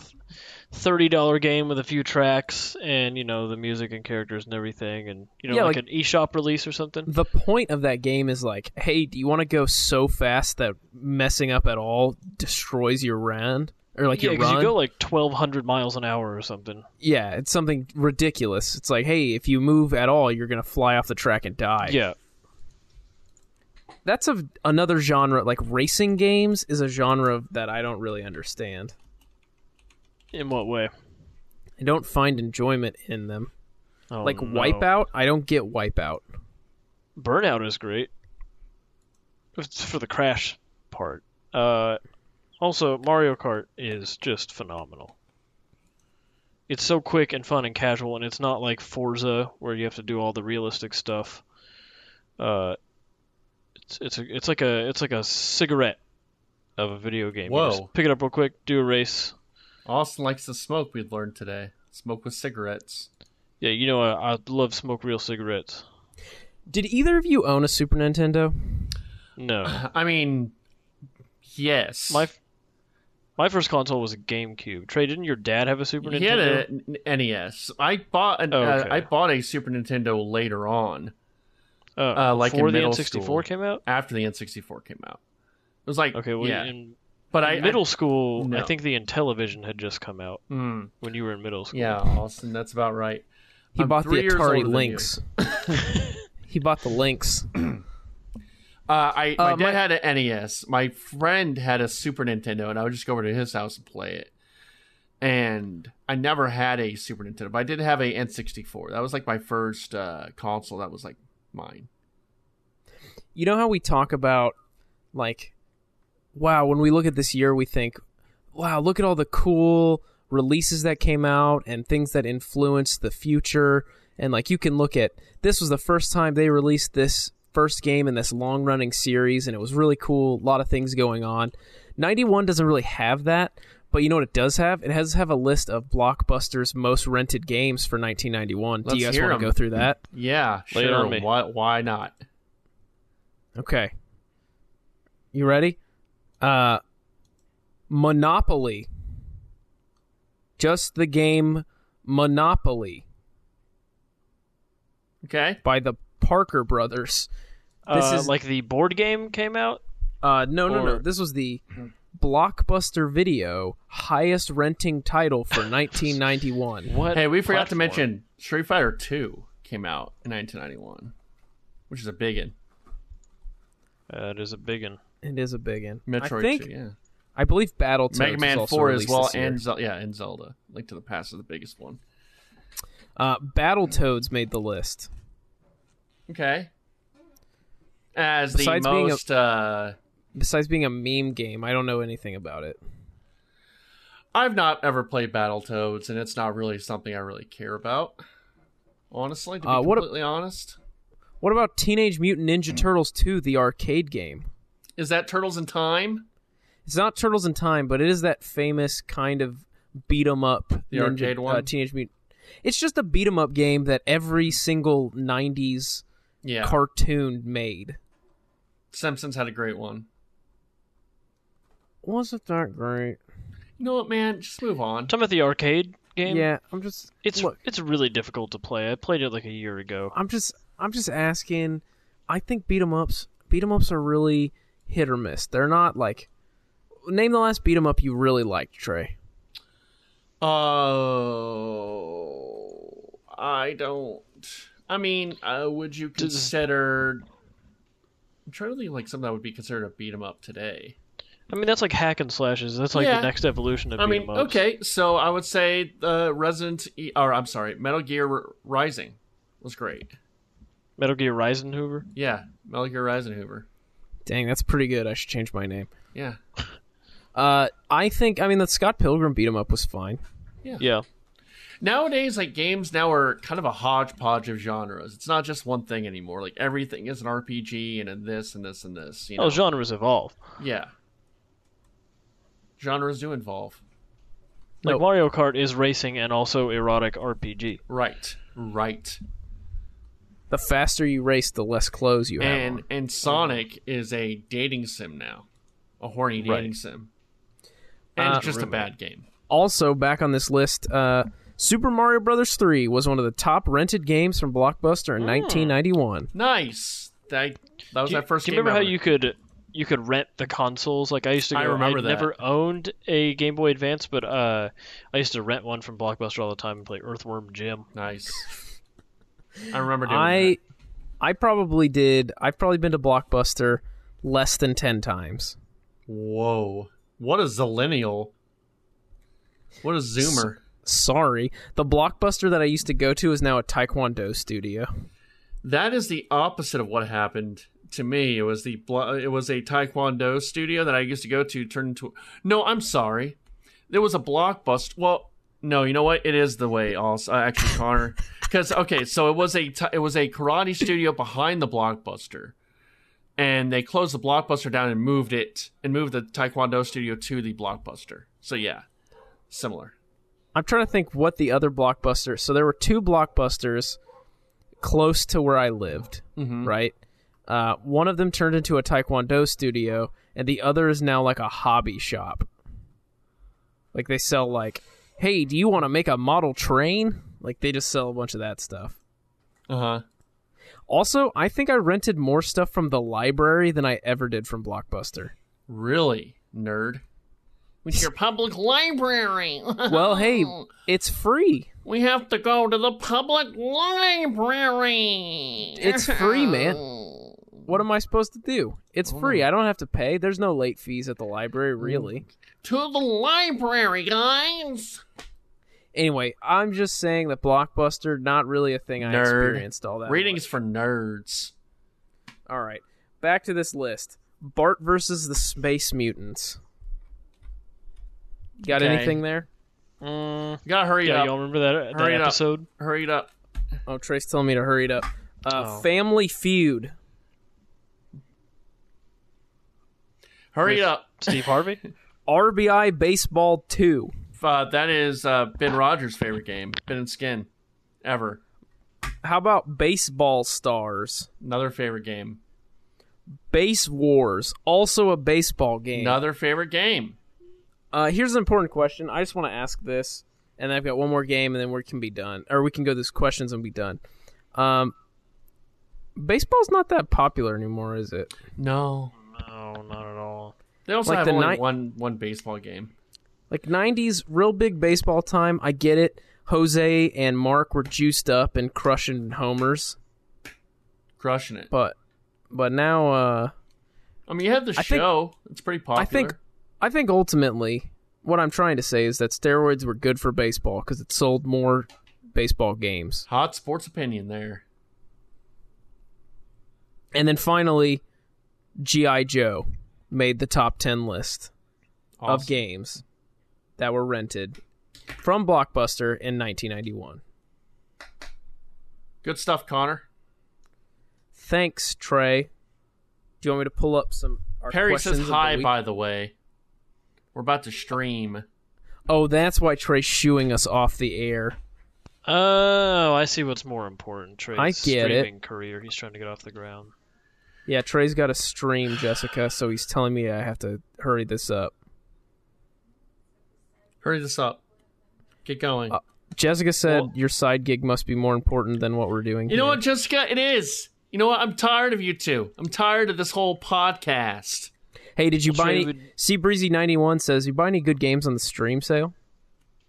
[SPEAKER 1] thirty dollar game with a few tracks, and you know the music and characters and everything, and you know
[SPEAKER 4] Yeah,
[SPEAKER 1] like,
[SPEAKER 4] like-
[SPEAKER 1] an eShop release or something.
[SPEAKER 4] the point of that game is like, hey, do you want to go so fast that messing up at all destroys your round or like
[SPEAKER 1] yeah,
[SPEAKER 4] your
[SPEAKER 1] 'cause
[SPEAKER 4] run?
[SPEAKER 1] you go like twelve hundred miles an hour or something.
[SPEAKER 4] yeah, it's something ridiculous. It's like, hey, if you move at all, you're gonna fly off the track and die.
[SPEAKER 1] Yeah.
[SPEAKER 4] that's a another genre like racing games is a genre that I don't really understand.
[SPEAKER 1] In what way?
[SPEAKER 4] I don't find enjoyment in them.
[SPEAKER 1] Oh,
[SPEAKER 4] Like
[SPEAKER 1] no.
[SPEAKER 4] Wipeout, I don't get Wipeout.
[SPEAKER 1] Burnout is great. It's for the crash part. Uh, also, Mario Kart is just phenomenal. It's so quick and fun and casual, and it's not like Forza where you have to do all the realistic stuff. Uh, It's it's a, it's like a it's like a cigarette of a video game. You
[SPEAKER 3] Whoa.
[SPEAKER 1] just pick it up real quick, do a race.
[SPEAKER 3] Austin likes to smoke. We learned today. Smoke with cigarettes.
[SPEAKER 1] Yeah, you know I, I love smoke real cigarettes.
[SPEAKER 4] Did either of you own a Super Nintendo?
[SPEAKER 1] No,
[SPEAKER 3] I mean, yes.
[SPEAKER 1] my f- my first console was a GameCube. Trey, didn't your dad have a Super
[SPEAKER 3] he had
[SPEAKER 1] Nintendo?
[SPEAKER 3] an NES. E I bought an,
[SPEAKER 1] Oh,
[SPEAKER 3] uh,
[SPEAKER 1] okay.
[SPEAKER 3] I bought a Super Nintendo later on
[SPEAKER 1] Oh,
[SPEAKER 3] uh, like in
[SPEAKER 1] before the
[SPEAKER 3] middle
[SPEAKER 1] N64
[SPEAKER 3] school.
[SPEAKER 1] came out.
[SPEAKER 3] after the N64 came out. It was like
[SPEAKER 1] Okay, well,
[SPEAKER 3] yeah,
[SPEAKER 1] in
[SPEAKER 3] but I
[SPEAKER 1] middle school, I
[SPEAKER 3] no.
[SPEAKER 1] think the Intellivision had just come out
[SPEAKER 3] I, mm,
[SPEAKER 1] when you were in middle school.
[SPEAKER 3] yeah, Austin, that's about right.
[SPEAKER 4] He
[SPEAKER 3] I'm
[SPEAKER 4] bought the
[SPEAKER 3] three years older
[SPEAKER 4] Atari
[SPEAKER 3] than you.
[SPEAKER 4] Lynx. he bought the Lynx.
[SPEAKER 3] Uh, I my
[SPEAKER 4] Uh,
[SPEAKER 3] dad
[SPEAKER 4] my-
[SPEAKER 3] had an NES. My friend had a Super Nintendo, and I would just go over to his house and play it. And I never had a Super Nintendo, but I did have a N64. That was like my first uh, console. That was like mine.
[SPEAKER 4] You know how we talk about like wow, when we look at this year we think, wow, look at all the cool releases that came out and things that influenced the future and like you can look at this was the first time they released this first game in this long-running series and it was really cool, a lot of things going on. 91 doesn't really have that, but you know what it does have? It has have a list of Blockbuster's most rented games for 1991. Do
[SPEAKER 3] Let's
[SPEAKER 4] you guys
[SPEAKER 3] hear
[SPEAKER 4] want
[SPEAKER 3] 'em.
[SPEAKER 4] to go through that?
[SPEAKER 3] Yeah,
[SPEAKER 1] Lay it
[SPEAKER 3] sure.
[SPEAKER 1] on me.
[SPEAKER 3] Why? Why not?
[SPEAKER 4] Okay. You ready? Uh Monopoly. Just the game Monopoly
[SPEAKER 3] Okay.
[SPEAKER 4] by the Parker brothers. This
[SPEAKER 1] Uh,
[SPEAKER 4] is-
[SPEAKER 1] like the board game came out.
[SPEAKER 4] Uh no, no, no.
[SPEAKER 1] Or-
[SPEAKER 4] This was the Blockbuster Video highest renting title for 1991.
[SPEAKER 1] What?
[SPEAKER 3] Hey, we forgot to
[SPEAKER 1] platform?
[SPEAKER 3] mention Street Fighter Two came out in 1991, which is a big one.
[SPEAKER 1] That is a big one.
[SPEAKER 4] It is a big one.
[SPEAKER 3] Metroid
[SPEAKER 4] I think
[SPEAKER 3] Two, yeah.
[SPEAKER 4] I believe Battletoads
[SPEAKER 3] Mega
[SPEAKER 4] was
[SPEAKER 3] Man
[SPEAKER 4] also
[SPEAKER 3] Four as
[SPEAKER 4] released
[SPEAKER 3] well,
[SPEAKER 4] this year.
[SPEAKER 3] and Zel- yeah, and Zelda. Link to the Past is the biggest one.
[SPEAKER 4] uh Battletoads made the list.
[SPEAKER 3] Okay. As
[SPEAKER 4] Besides
[SPEAKER 3] the
[SPEAKER 4] being a-
[SPEAKER 3] most, uh,
[SPEAKER 4] Besides being a meme game, I don't know anything about it.
[SPEAKER 3] I've not ever played Battletoads, and it's not really something I really care about. Honestly, to be
[SPEAKER 4] Uh, what a-
[SPEAKER 3] completely honest,
[SPEAKER 4] What about Teenage Mutant Ninja Turtles 2, the arcade game?
[SPEAKER 3] is that Turtles in Time?
[SPEAKER 4] It's not Turtles in Time, but it is that famous kind of beat 'em up
[SPEAKER 3] The
[SPEAKER 4] ninja-
[SPEAKER 3] arcade
[SPEAKER 4] Uh,
[SPEAKER 3] one?
[SPEAKER 4] Teenage Mutant. It's just a beat 'em up game that every single 90s
[SPEAKER 3] Yeah,
[SPEAKER 4] cartoon made.
[SPEAKER 3] Simpsons had a great one.
[SPEAKER 4] Wasn't that great?
[SPEAKER 3] You know what, man? Just move on.
[SPEAKER 1] Talking about the arcade game.
[SPEAKER 4] Yeah, I'm just
[SPEAKER 1] It's
[SPEAKER 4] look,
[SPEAKER 1] it's really difficult to play. I played it like a year ago.
[SPEAKER 4] I'm just I'm just asking. I think beat 'em ups beat 'em ups are really hit or miss. They're not like name the last beat 'em up you really liked, Trey.
[SPEAKER 3] Oh, I don't. I mean, uh, would you
[SPEAKER 1] Does-
[SPEAKER 3] consider? I'm trying to think like something that would be considered a beat 'em up today.
[SPEAKER 1] I mean, that's like hack and slashes. That's like
[SPEAKER 3] Yeah.
[SPEAKER 1] the next evolution of
[SPEAKER 3] I mean,
[SPEAKER 1] beat 'em ups.
[SPEAKER 3] okay, so I would say uh, Resident, e- or I'm sorry, Metal Gear R- Rising was great.
[SPEAKER 1] Metal Gear Rising Hoover.
[SPEAKER 3] Yeah, Metal Gear Rising Hoover.
[SPEAKER 4] Dang, that's pretty good. I should change my name.
[SPEAKER 3] Yeah,
[SPEAKER 4] Uh, I think I mean the Scott Pilgrim beat 'em up was fine.
[SPEAKER 1] Yeah.
[SPEAKER 3] nowadays like games now are kind of a hodgepodge of genres. It's not just one thing anymore. Like everything is an RPG and a this and this and this. You know?
[SPEAKER 1] Oh, genres evolve.
[SPEAKER 3] Yeah. Genres do involve.
[SPEAKER 1] Like
[SPEAKER 4] No.
[SPEAKER 1] Mario Kart is racing and also erotic RPG.
[SPEAKER 3] Right. Right.
[SPEAKER 4] The faster you race, the less clothes you have.
[SPEAKER 3] And
[SPEAKER 4] on.
[SPEAKER 3] and Sonic is a dating sim now. A horny dating
[SPEAKER 1] Right.
[SPEAKER 3] sim. And
[SPEAKER 4] Uh,
[SPEAKER 3] it's just a bad game.
[SPEAKER 4] Also, back on this list, uh, Super Mario Brothers 3 was one of the top rented games from Blockbuster in
[SPEAKER 3] Hmm.
[SPEAKER 4] 1991.
[SPEAKER 3] Nice. That, that was
[SPEAKER 1] Do you,
[SPEAKER 3] my first
[SPEAKER 1] do you
[SPEAKER 3] game.
[SPEAKER 1] remember how
[SPEAKER 3] ever.
[SPEAKER 1] you could you could rent the consoles? Like I used to. Go,
[SPEAKER 3] I remember that.
[SPEAKER 1] never owned a Game Boy Advance, but uh, I used to rent one from Blockbuster all the time and play Earthworm Jim.
[SPEAKER 3] Nice. I remember doing
[SPEAKER 4] I I probably did. I've probably been to Blockbuster less than 10 times.
[SPEAKER 3] that. Whoa. What a zillennial. What a zoomer.
[SPEAKER 4] Sorry. The Blockbuster that I used to go to is now a Taekwondo studio.
[SPEAKER 3] That is the opposite of what happened to me. It was the blo- it was a taekwondo studio that I used to go to turned into. No, I'm sorry. There was a blockbuster. Well, no, you know what? It is the way. Also, uh, actually, Connor, because okay, so it was a ta- it was a karate studio behind the blockbuster and they closed the blockbuster down and moved it and moved the Taekwondo studio to the blockbuster. So yeah, similar.
[SPEAKER 4] I'm trying to think what the other blockbuster. So there were two blockbusters close to where I lived, right? Uh, one of them turned into a taekwondo studio, and the other is now like a hobby shop. Like they sell like, hey, do you want to make a model train? Like they just sell a bunch of that stuff.
[SPEAKER 3] Uh huh.
[SPEAKER 4] Also, I think I rented more stuff from the library than I ever did from Blockbuster.
[SPEAKER 3] Really, nerd. With your public library.
[SPEAKER 4] Well, hey, it's free.
[SPEAKER 3] we have to go to the public library.
[SPEAKER 4] It's free, man. What am I supposed to do? It's
[SPEAKER 3] Oh.
[SPEAKER 4] free. I don't have to pay. There's no late fees at the
[SPEAKER 3] Mm.
[SPEAKER 4] library, really.
[SPEAKER 3] To the library, guys.
[SPEAKER 4] Anyway, I'm just saying that Blockbuster, not really a thing I
[SPEAKER 3] Nerd.
[SPEAKER 4] experienced all that.
[SPEAKER 3] Reading
[SPEAKER 4] much.
[SPEAKER 3] is for nerds.
[SPEAKER 4] All right. Back to this list. Bart versus the Space Mutants. Got
[SPEAKER 1] Okay.
[SPEAKER 4] anything there?
[SPEAKER 1] Mm,
[SPEAKER 3] You gotta hurry it
[SPEAKER 1] yeah,
[SPEAKER 3] up.
[SPEAKER 1] y'all remember that, that
[SPEAKER 3] Hurry it up.
[SPEAKER 1] episode?
[SPEAKER 3] Hurry it up.
[SPEAKER 4] Oh, Trace telling me to hurry it up.
[SPEAKER 3] Oh.
[SPEAKER 4] Uh, Family Feud.
[SPEAKER 3] Hurry it
[SPEAKER 1] With-
[SPEAKER 3] up.
[SPEAKER 1] Steve Harvey?
[SPEAKER 4] RBI Baseball 2.
[SPEAKER 3] Uh, that is uh, Ben Rogers' favorite game. Ben and Skin, ever.
[SPEAKER 4] How about Baseball Stars?
[SPEAKER 3] Another favorite game.
[SPEAKER 4] Base Wars, also a baseball game.
[SPEAKER 3] Another favorite game.
[SPEAKER 4] Uh, here's an important question. I just want to ask this, and I've got one more game, and then we can be done, or we can go through questions and be done. Um, baseball's not that popular anymore, is it?
[SPEAKER 3] No.
[SPEAKER 1] No, not at all.
[SPEAKER 3] They also
[SPEAKER 4] Like
[SPEAKER 3] have
[SPEAKER 4] the
[SPEAKER 3] only
[SPEAKER 4] night-
[SPEAKER 3] one one baseball game.
[SPEAKER 4] Like '90s, real big baseball time. I get it. Jose and Mark were juiced up and crushing homers,
[SPEAKER 3] Crushing it.
[SPEAKER 4] but but now uh,
[SPEAKER 3] I mean, you have the
[SPEAKER 4] I think-
[SPEAKER 3] show. it's pretty popular.
[SPEAKER 4] I think I think ultimately what I'm trying to say is that steroids were good for baseball because it sold more baseball games.
[SPEAKER 3] hot sports opinion there.
[SPEAKER 4] And then finally, G.I. Joe made the top 10 list of
[SPEAKER 3] Awesome.
[SPEAKER 4] games that were rented from Blockbuster in 1991.
[SPEAKER 3] Good stuff, Connor.
[SPEAKER 4] Thanks, Trey. Do you want me to pull up some our
[SPEAKER 3] Perry
[SPEAKER 4] questions?
[SPEAKER 3] says
[SPEAKER 4] of the
[SPEAKER 3] hi.
[SPEAKER 4] week?
[SPEAKER 3] By the way, we're about to stream.
[SPEAKER 4] Oh, that's why Trey's shooing us off the air.
[SPEAKER 1] Oh, I see what's more important. Trey's
[SPEAKER 4] I get it.
[SPEAKER 1] streaming career. He's trying to get off the ground.
[SPEAKER 4] Yeah, Trey's got a stream, Jessica, so he's telling me I have to hurry this up.
[SPEAKER 3] Hurry this up. Get going.
[SPEAKER 4] Uh, Jessica said
[SPEAKER 3] Well-
[SPEAKER 4] your side gig must be more important than what we're doing.
[SPEAKER 3] you know
[SPEAKER 4] here."
[SPEAKER 3] what, Jessica? It is. You know what? I'm tired of you two. I'm tired of this whole podcast.
[SPEAKER 4] Hey, did you
[SPEAKER 1] Well,
[SPEAKER 4] buy
[SPEAKER 1] sure,
[SPEAKER 4] any?
[SPEAKER 1] it would-
[SPEAKER 4] See, Breezy ninety one says, "You buy any good games on the stream sale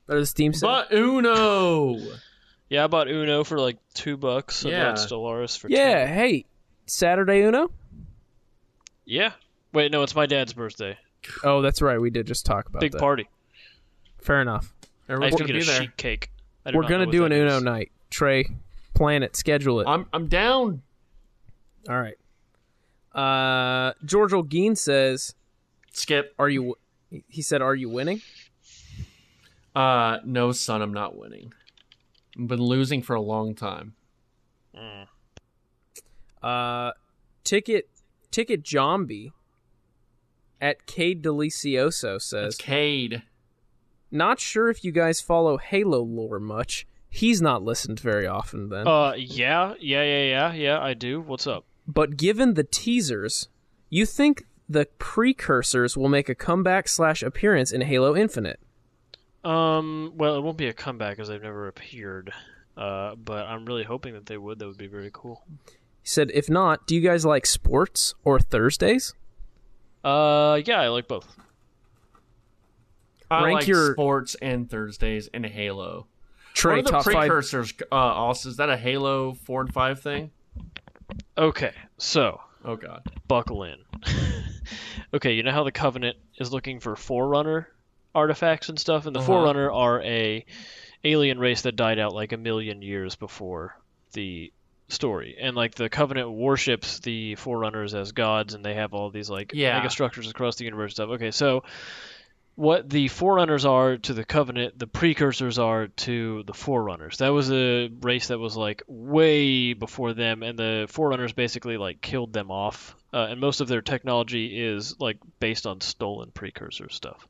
[SPEAKER 4] or the Steam sale?"
[SPEAKER 3] But Uno.
[SPEAKER 1] Yeah, I bought Uno for like two bucks. I
[SPEAKER 3] Yeah.
[SPEAKER 1] bought Stellaris for
[SPEAKER 4] yeah.
[SPEAKER 1] ten.
[SPEAKER 4] Hey, Saturday Uno.
[SPEAKER 1] Yeah. Wait, no, it's my dad's birthday.
[SPEAKER 4] Oh, that's right. We did just talk about
[SPEAKER 1] Big
[SPEAKER 4] that.
[SPEAKER 1] party.
[SPEAKER 4] Fair enough.
[SPEAKER 1] I
[SPEAKER 3] Everyone's
[SPEAKER 1] have to
[SPEAKER 3] gonna
[SPEAKER 1] get a
[SPEAKER 3] be there.
[SPEAKER 1] sheet cake. I do
[SPEAKER 4] We're
[SPEAKER 1] not know
[SPEAKER 4] gonna
[SPEAKER 1] what
[SPEAKER 4] do
[SPEAKER 1] that
[SPEAKER 4] an Uno
[SPEAKER 1] is.
[SPEAKER 4] night. Trey, plan it, schedule it.
[SPEAKER 3] I'm I'm down.
[SPEAKER 4] All right. Uh, George Olguin says,
[SPEAKER 3] Skip.
[SPEAKER 4] "Are you?" w-" He said, "Are you winning?"
[SPEAKER 3] Uh, no, son, I'm not winning. I've been losing for a long time.
[SPEAKER 1] Mm.
[SPEAKER 4] Uh, ticket, ticket, Jombie at Cade Delicioso
[SPEAKER 3] That's
[SPEAKER 4] says,
[SPEAKER 3] Cade.
[SPEAKER 4] Not sure if you guys follow Halo lore much. He's not listened very often then.
[SPEAKER 3] Oh.
[SPEAKER 1] Uh, yeah, yeah, yeah, yeah, yeah. I do. What's up?
[SPEAKER 4] but given the teasers, you think the precursors will make a comeback slash appearance in Halo Infinite.
[SPEAKER 1] Um, well, it won't be a comeback because they've never appeared. Uh, but I'm really hoping that they would. That would be very cool.
[SPEAKER 4] He said, if not, do you guys like sports or Thursdays?
[SPEAKER 1] Uh, yeah, I like both.
[SPEAKER 3] I
[SPEAKER 4] Rank
[SPEAKER 3] like
[SPEAKER 4] your-
[SPEAKER 3] sports and Thursdays and Halo.
[SPEAKER 4] Trey,
[SPEAKER 3] what are the
[SPEAKER 4] top five.
[SPEAKER 3] precursors? Uh, also, is that a Halo four and five thing?
[SPEAKER 1] Okay, so
[SPEAKER 3] Oh God.
[SPEAKER 1] buckle in. okay, you know how the Covenant is looking for Forerunner artifacts and stuff,
[SPEAKER 4] Uh-huh.
[SPEAKER 1] and the Forerunner are a alien race that died out like a million years before the story. And like the Covenant worships the Forerunners as gods, and they have all these like
[SPEAKER 3] Yeah.
[SPEAKER 1] mega structures across the universe and stuff. Okay, so what the forerunners are to the covenant the precursors are to the forerunners that was a race that was like way before them and the forerunners basically like killed them off uh, and most of their technology is like based on stolen precursor stuff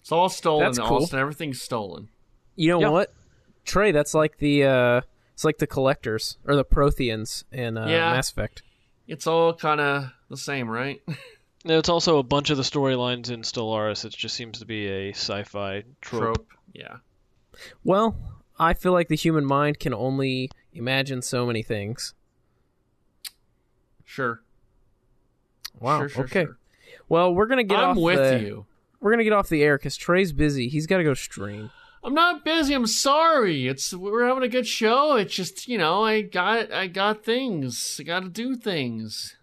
[SPEAKER 3] It's all stolen.
[SPEAKER 4] That's cool.
[SPEAKER 3] Austin, everything's stolen.
[SPEAKER 4] You know
[SPEAKER 1] Yeah.
[SPEAKER 4] what, Trey? That's like the uh, it's like the collectors or the Protheans in uh,
[SPEAKER 3] Yeah.
[SPEAKER 4] Mass Effect.
[SPEAKER 3] It's all kind of the same, right?
[SPEAKER 1] now, it's also a bunch of the storylines in stellaris it just seems to be a sci-fi trope,
[SPEAKER 3] Trope. Yeah.
[SPEAKER 4] Well, I feel like the human mind can only imagine so many things.
[SPEAKER 3] Sure.
[SPEAKER 4] Wow.
[SPEAKER 3] Sure, sure,
[SPEAKER 4] okay.
[SPEAKER 3] sure.
[SPEAKER 4] Well, we're gonna get
[SPEAKER 3] I'm
[SPEAKER 4] off
[SPEAKER 3] with
[SPEAKER 4] the-
[SPEAKER 3] you.
[SPEAKER 4] We're gonna get off the air because Trey's busy. He's got to go stream.
[SPEAKER 3] I'm not busy. I'm sorry. It's we're having a good show. It's just you know I got I got things. I got to do things.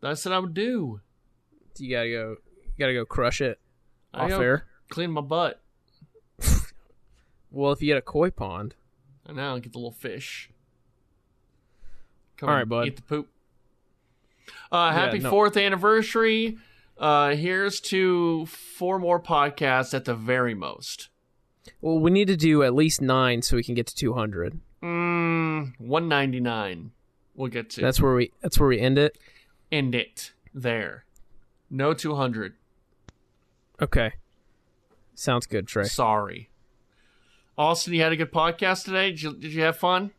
[SPEAKER 3] that I said I would do.
[SPEAKER 4] You gotta go. You gotta go crush it
[SPEAKER 3] I
[SPEAKER 4] off
[SPEAKER 3] gotta
[SPEAKER 4] air.
[SPEAKER 3] Clean my butt.
[SPEAKER 4] Well, if you had a koi pond,
[SPEAKER 3] I know. Get the little fish. Come
[SPEAKER 4] All
[SPEAKER 3] on,
[SPEAKER 4] right, bud.
[SPEAKER 3] Eat the poop. Uh, happy
[SPEAKER 4] no.
[SPEAKER 3] fourth anniversary. Uh, here's to four more podcasts at the very most.
[SPEAKER 4] well, we need to do at least nine so we can get to two hundred.
[SPEAKER 3] Mm, 199. We'll get to
[SPEAKER 4] That's where we. That's where we end it.
[SPEAKER 3] end it there. No 200.
[SPEAKER 4] Okay. Sounds good, Trey.
[SPEAKER 3] Sorry. Austin, you had a good podcast today. Did you, did you have fun?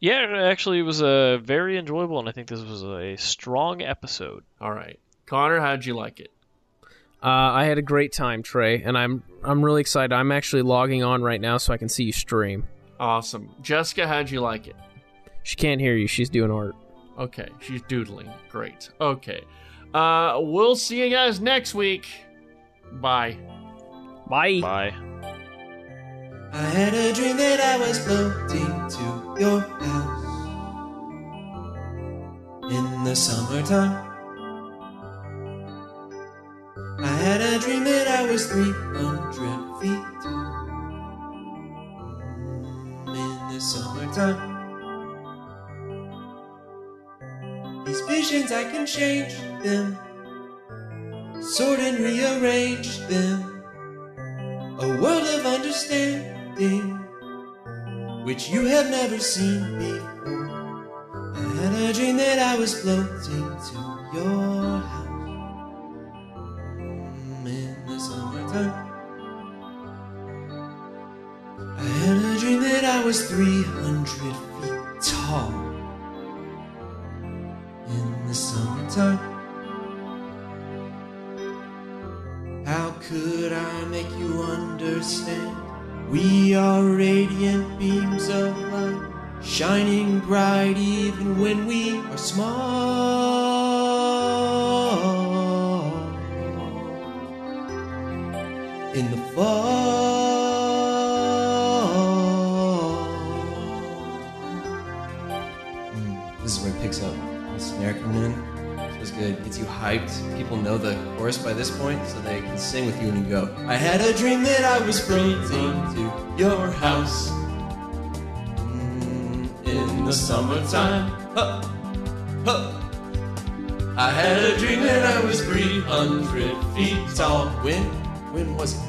[SPEAKER 1] yeah actually it was uh, very enjoyable and i think this was a strong episode
[SPEAKER 3] All right, Connor, how'd you like it?
[SPEAKER 4] Uh, I had a great time, Trey, and I'm I'm really excited. I'm actually logging on right now so I can see you stream.
[SPEAKER 3] Awesome. Jessica, how'd you like it?
[SPEAKER 4] She can't hear you. She's doing art.
[SPEAKER 3] Okay, she's doodling. Great. Okay. Uh, we'll see you guys next week. Bye.
[SPEAKER 4] Bye.
[SPEAKER 1] bye
[SPEAKER 6] I had a dream that I was floating to your house in the summertime. I had a dream that I was 300 feet tall Mm, in the summertime. These visions, I can change them, sort and rearrange them a world of understanding which you have never seen before. I had a dream that I was floating to your house Mm, in the summertime. I had a dream that I was 300 feet tall in the summertime. How could I make you understand? We are radiant beams of light, shining bright even when we are small. In the fall. Mm, this is where it picks up. The snare coming in. It was good. Gets you hyped. People know the chorus by this point, so they can sing with you and you go. I had a dream that I was floating to your house Mm, in the summertime. Huh. Huh. I had a dream that I was 300 feet tall. When? When was it?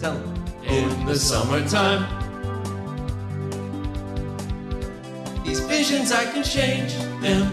[SPEAKER 6] Tell me. In the summertime. These visions, I can change them